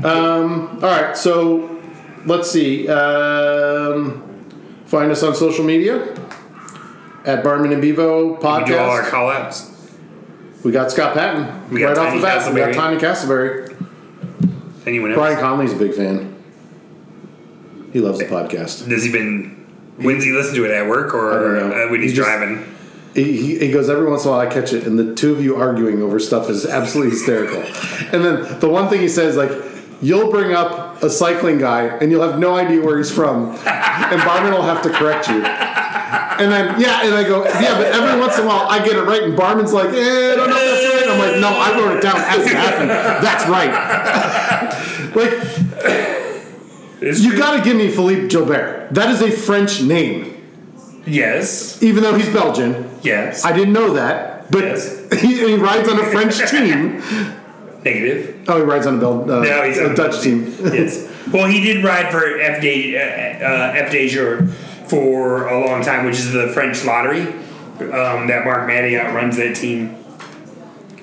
Speaker 2: Um. All right. So, let's see. Um, find us on social media at Barman and Bevo
Speaker 3: We do all our
Speaker 2: podcast.
Speaker 3: call outs.
Speaker 2: We got Scott Patton
Speaker 3: We got
Speaker 2: right off
Speaker 3: Tiny
Speaker 2: the bat. We got
Speaker 3: Castleberry.
Speaker 2: Tiny Castleberry.
Speaker 3: Anyone else?
Speaker 2: Brian Conley's a big fan. He loves the podcast.
Speaker 3: Does he been? When's he listen to it at work
Speaker 2: I
Speaker 3: or
Speaker 2: don't know.
Speaker 3: uh, when he's
Speaker 2: He just-
Speaker 3: driving?
Speaker 2: He, he, he goes every once in a while. I catch it, and the two of you arguing over stuff is absolutely hysterical. and then the one thing he says, like, you'll bring up a cycling guy, and you'll have no idea where he's from, and Barman will have to correct you. And then yeah, and I go yeah, but every once in a while I get it right, and Barman's like, eh, I don't know if that's right. And I'm like, no, I wrote it down as it happened. That's right. *laughs* like
Speaker 3: It's
Speaker 2: you
Speaker 3: true.
Speaker 2: got to give me Philippe Gilbert. That is a French name,
Speaker 3: yes,
Speaker 2: even though he's Belgian.
Speaker 3: yes.
Speaker 2: I didn't know that, but
Speaker 3: Yes.
Speaker 2: *laughs* he, he rides on a
Speaker 3: *laughs*
Speaker 2: French team.
Speaker 3: Negative.
Speaker 2: Oh, he rides on a, Bel- uh,
Speaker 3: No, he's
Speaker 2: a
Speaker 3: on-
Speaker 2: Dutch team.
Speaker 3: yes. Well, he did ride for F Day uh, uh, F Day Jour for a long time, which is the French lottery. Um, that Mark Marriott runs that team.
Speaker 2: *laughs*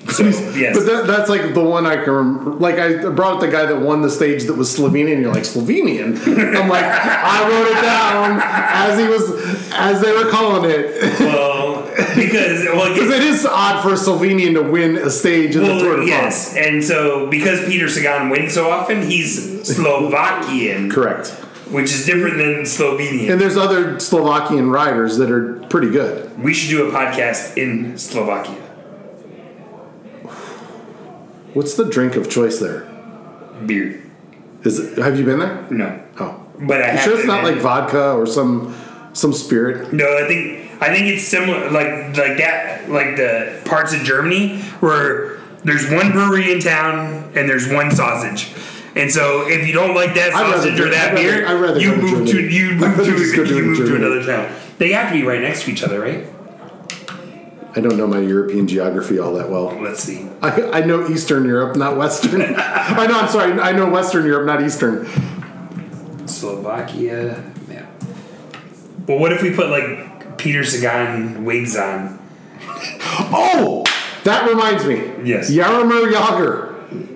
Speaker 3: So yes,
Speaker 2: But that, that's like the one I can remember. Like, I brought up the guy that won the stage that was Slovenian, and you're like, Slovenian? I'm
Speaker 3: *laughs*
Speaker 2: like, I wrote it down as he was, as they were calling it.
Speaker 3: well, because
Speaker 2: *laughs*
Speaker 3: well,
Speaker 2: Because
Speaker 3: yes,
Speaker 2: it is odd for a Slovenian to win a stage in the Tour
Speaker 3: well,
Speaker 2: de France.
Speaker 3: yes, and so because Peter Sagan wins so often, he's Slovakian,
Speaker 2: Correct.
Speaker 3: which is different than Slovenian.
Speaker 2: And there's other Slovakian riders that are pretty good.
Speaker 3: We should do a podcast in Slovakia.
Speaker 2: What's the drink of choice there?
Speaker 3: Beer,
Speaker 2: Is it, have you been there?
Speaker 3: no,
Speaker 2: Oh.
Speaker 3: but I
Speaker 2: You
Speaker 3: have
Speaker 2: sure it's
Speaker 3: to
Speaker 2: not
Speaker 3: admit-
Speaker 2: like vodka or some some spirit?
Speaker 3: No, I think I think it's similar, like like that, like the parts of Germany where there's one brewery in town and there's one sausage. And so, if you don't like that
Speaker 2: I'd rather
Speaker 3: sausage
Speaker 2: do-
Speaker 3: or that
Speaker 2: I'd rather-
Speaker 3: beer,
Speaker 2: I'd rather
Speaker 3: you
Speaker 2: go to
Speaker 3: move to
Speaker 2: Germany.
Speaker 3: you
Speaker 2: I'd
Speaker 3: move
Speaker 2: rather just go
Speaker 3: to
Speaker 2: to
Speaker 3: you move to
Speaker 2: Germany.
Speaker 3: another town. They have to be right next to each other, right?
Speaker 2: I don't know my European geography all that well.
Speaker 3: Let's see.
Speaker 2: I, I know Eastern Europe, not Western. *laughs* I know, I'm sorry, I know Western Europe, not Eastern.
Speaker 3: Slovakia map. Well, what if we put like Peter Sagan wigs on?
Speaker 2: Oh! That reminds me.
Speaker 3: Yes.
Speaker 2: Yaromir Yager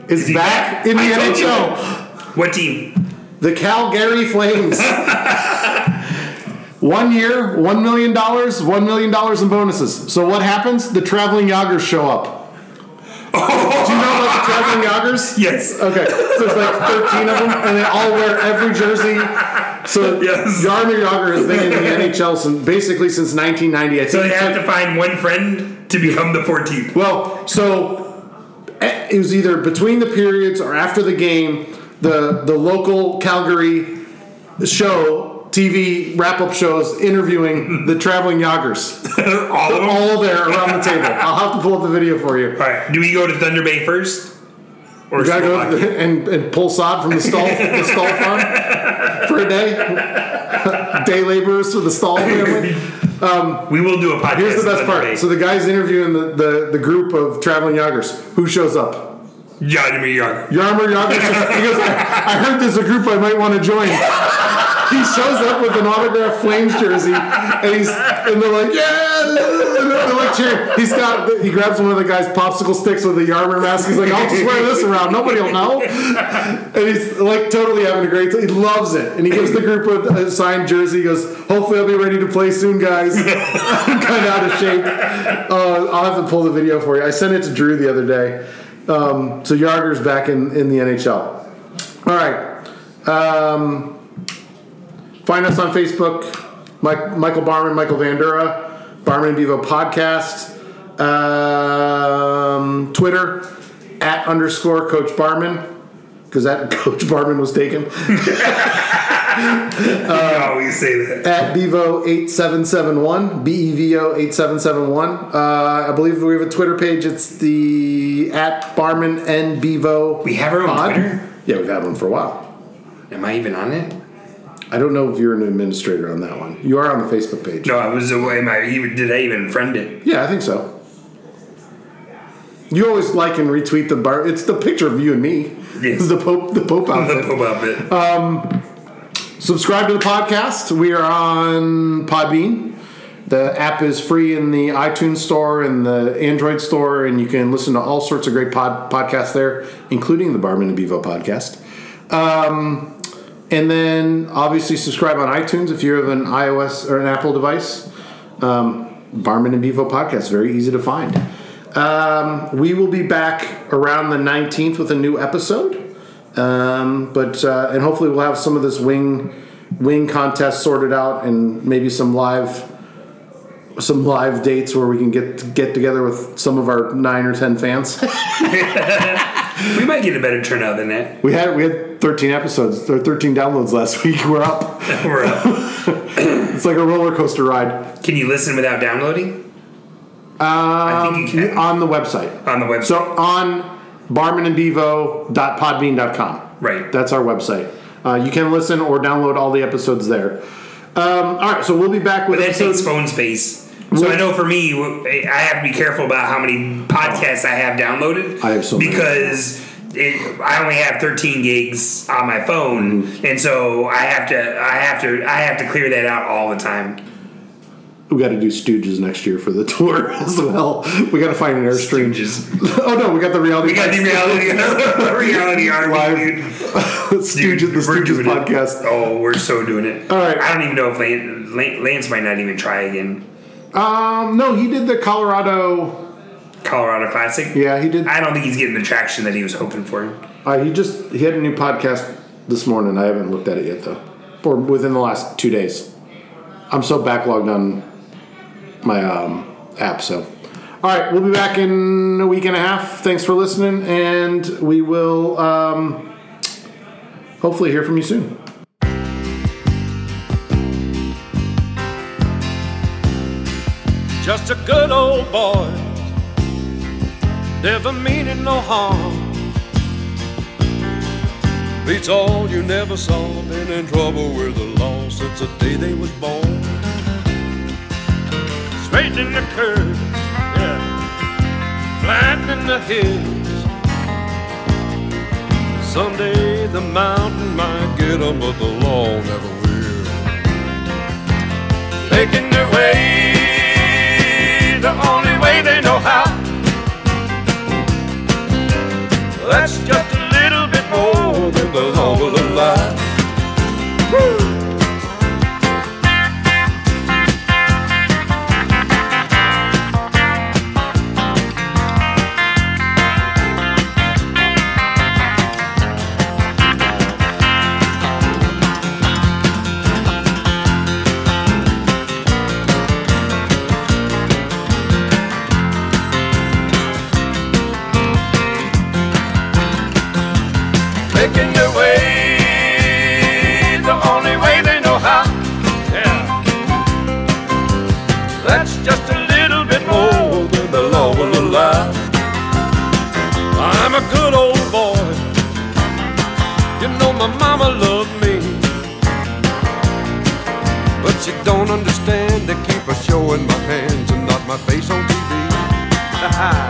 Speaker 2: is,
Speaker 3: he
Speaker 2: back,
Speaker 3: back?
Speaker 2: in the
Speaker 3: I told you.
Speaker 2: NHL.
Speaker 3: What team?
Speaker 2: The Calgary
Speaker 3: *laughs*
Speaker 2: Flames. One year, $1 million, $1 million in bonuses. So what happens? The traveling Yagers show up.
Speaker 3: Oh.
Speaker 2: Do you know about the traveling
Speaker 3: *laughs*
Speaker 2: Yagers?
Speaker 3: Yes.
Speaker 2: Okay, so there's like 13 of them, and they all wear every jersey. So
Speaker 3: Yes.
Speaker 2: Yarmir Yager has been in the NHL since basically since 1990. I think
Speaker 3: So they
Speaker 2: it
Speaker 3: have
Speaker 2: took-
Speaker 3: to find one friend to become the 14th.
Speaker 2: well, so eh, it was either between the periods or after the game. The the local Calgary show TV wrap up shows interviewing the traveling Yagers.
Speaker 3: All of them.
Speaker 2: all there around the table. I'll have to pull up the video for you.
Speaker 3: All right. Do we go to Thunder Bay first, or
Speaker 2: You gotta go
Speaker 3: Slovakia?
Speaker 2: and, and pull sod from the stall the stall farm for a day. day laborers for the stall family.
Speaker 3: we will do a podcast.
Speaker 2: Here's
Speaker 3: in
Speaker 2: the best
Speaker 3: Thunder Bay.
Speaker 2: part. So the guy's interviewing the, the, the group of traveling yagers. Who shows up?
Speaker 3: Jaromir Jagr.
Speaker 2: Yarmer Yager. He goes, I, I heard there's a group I might want to join. He shows up with an autographed Flames jersey, and he's and they're like, yeah, and they're like cheering. He's got he grabs one of the guy's popsicle sticks with a Yarmer mask. He's like, I'll just wear this around, nobody will know. And he's like totally having a great time. He loves it. And he gives the group a, a signed jersey. He goes, Hopefully I'll be ready to play soon, guys. *laughs* I'm kind of out of shape. Uh, I'll have to pull the video for you. I sent it to Drew the other day. Um, so Yarger's back in, in the NHL. All right. Um, Find us on Facebook, Mike, Michael Barman, Michael Vandura, Barman and Bevo Podcast, um, Twitter, at underscore Coach Barman, because that *laughs* Coach Barman was taken, Uh,
Speaker 3: you always say that.
Speaker 2: at Bevo8771, B-E-V-O8771. Uh, I believe we have a Twitter page. It's the at Barman and Bevo
Speaker 5: We have our own Twitter?
Speaker 2: Yeah, we've had one for a while.
Speaker 5: Am I even on it?
Speaker 2: I don't know if you're an administrator on that one. You are on the Facebook page.
Speaker 3: No, I was away. My even did I even friend it?
Speaker 2: Yeah, I think so. You always like and retweet the bar. It's the picture of you and me.
Speaker 3: Yes.
Speaker 2: The Pope, the Pope
Speaker 3: The
Speaker 2: outfit.
Speaker 3: Pope outfit.
Speaker 2: uh, Subscribe to the podcast. We are on Podbean. The app is free in the iTunes store and the Android store, and you can listen to all sorts of great pod- podcasts there, including the Barman and Bevo podcast. Um, and then obviously subscribe on iTunes if you have an iOS or an Apple device. Um, Barman and Bevo podcast, very easy to find. Um, we will be back around the 19th with a new episode. Um, but uh, and hopefully we'll have some of this wing wing contest sorted out and maybe some live some live dates where we can get get together with some of our nine or ten
Speaker 3: *laughs*
Speaker 2: fans.
Speaker 3: we might get a better turnout than that. *laughs*
Speaker 2: we had we had thirteen episodes or thirteen downloads last *laughs* week. We're up. *laughs*
Speaker 3: We're up.
Speaker 2: It's like a roller coaster ride
Speaker 3: Can you listen without downloading? I think you
Speaker 2: Um,
Speaker 3: can
Speaker 2: on the website.
Speaker 3: on the website.
Speaker 2: So on barmanandbevo.podbean.com.
Speaker 3: Right.
Speaker 2: That's our website. Uh, you can listen or download all the episodes there. Um, all right, so we'll be back with
Speaker 3: But that
Speaker 2: episode-
Speaker 3: takes phone space. So
Speaker 2: Well-
Speaker 3: I know for me, I have to be careful about how many podcasts I have downloaded.
Speaker 2: I have so many.
Speaker 3: because it, I only have 13 gigs on my phone,
Speaker 2: Mm-hmm.
Speaker 3: and so I have to, I have to, I have to clear that out all the time.
Speaker 2: We got to do Stooges next year for the *laughs* tour as well. We got to find an airstream.
Speaker 3: Stooges.
Speaker 2: *laughs* oh no, we got the reality.
Speaker 3: We got the *laughs* reality, reality army,
Speaker 2: Live.
Speaker 3: dude.
Speaker 2: *laughs* Stooges,
Speaker 3: Dude,
Speaker 2: the
Speaker 3: we're
Speaker 2: Stooges
Speaker 3: doing it.
Speaker 2: podcast.
Speaker 3: Oh, we're so doing it.
Speaker 2: All right.
Speaker 3: I don't even know if Lance, Lan- Lance might not even try again.
Speaker 2: Um, no, he did the Colorado.
Speaker 3: Colorado Classic.
Speaker 2: Yeah, he did.
Speaker 3: I don't think he's getting the traction that he was hoping for.
Speaker 2: Uh, he just he had a new podcast this morning. I haven't looked at it yet though, or within the last two days. I'm so backlogged on my um, app. So, all right, we'll be back in a week and a half. Thanks for listening, and we will um, hopefully hear from you soon.
Speaker 6: just a good old boy, never meaning no harm. Beats all you never saw, been in trouble with the law since the day they was born. Straightening the curves, yeah, flattening the hills. Someday the mountain might get 'em, but the law never will making their way the only way they know how. That's just a little bit more than the law will allow. Woo! making their way the only way they know how. Yeah. That's just a little bit more than the law will allow. I'm a good old boy. You know my mama loved me. But she don't understand, they keep a showing my hands and not my face on TV.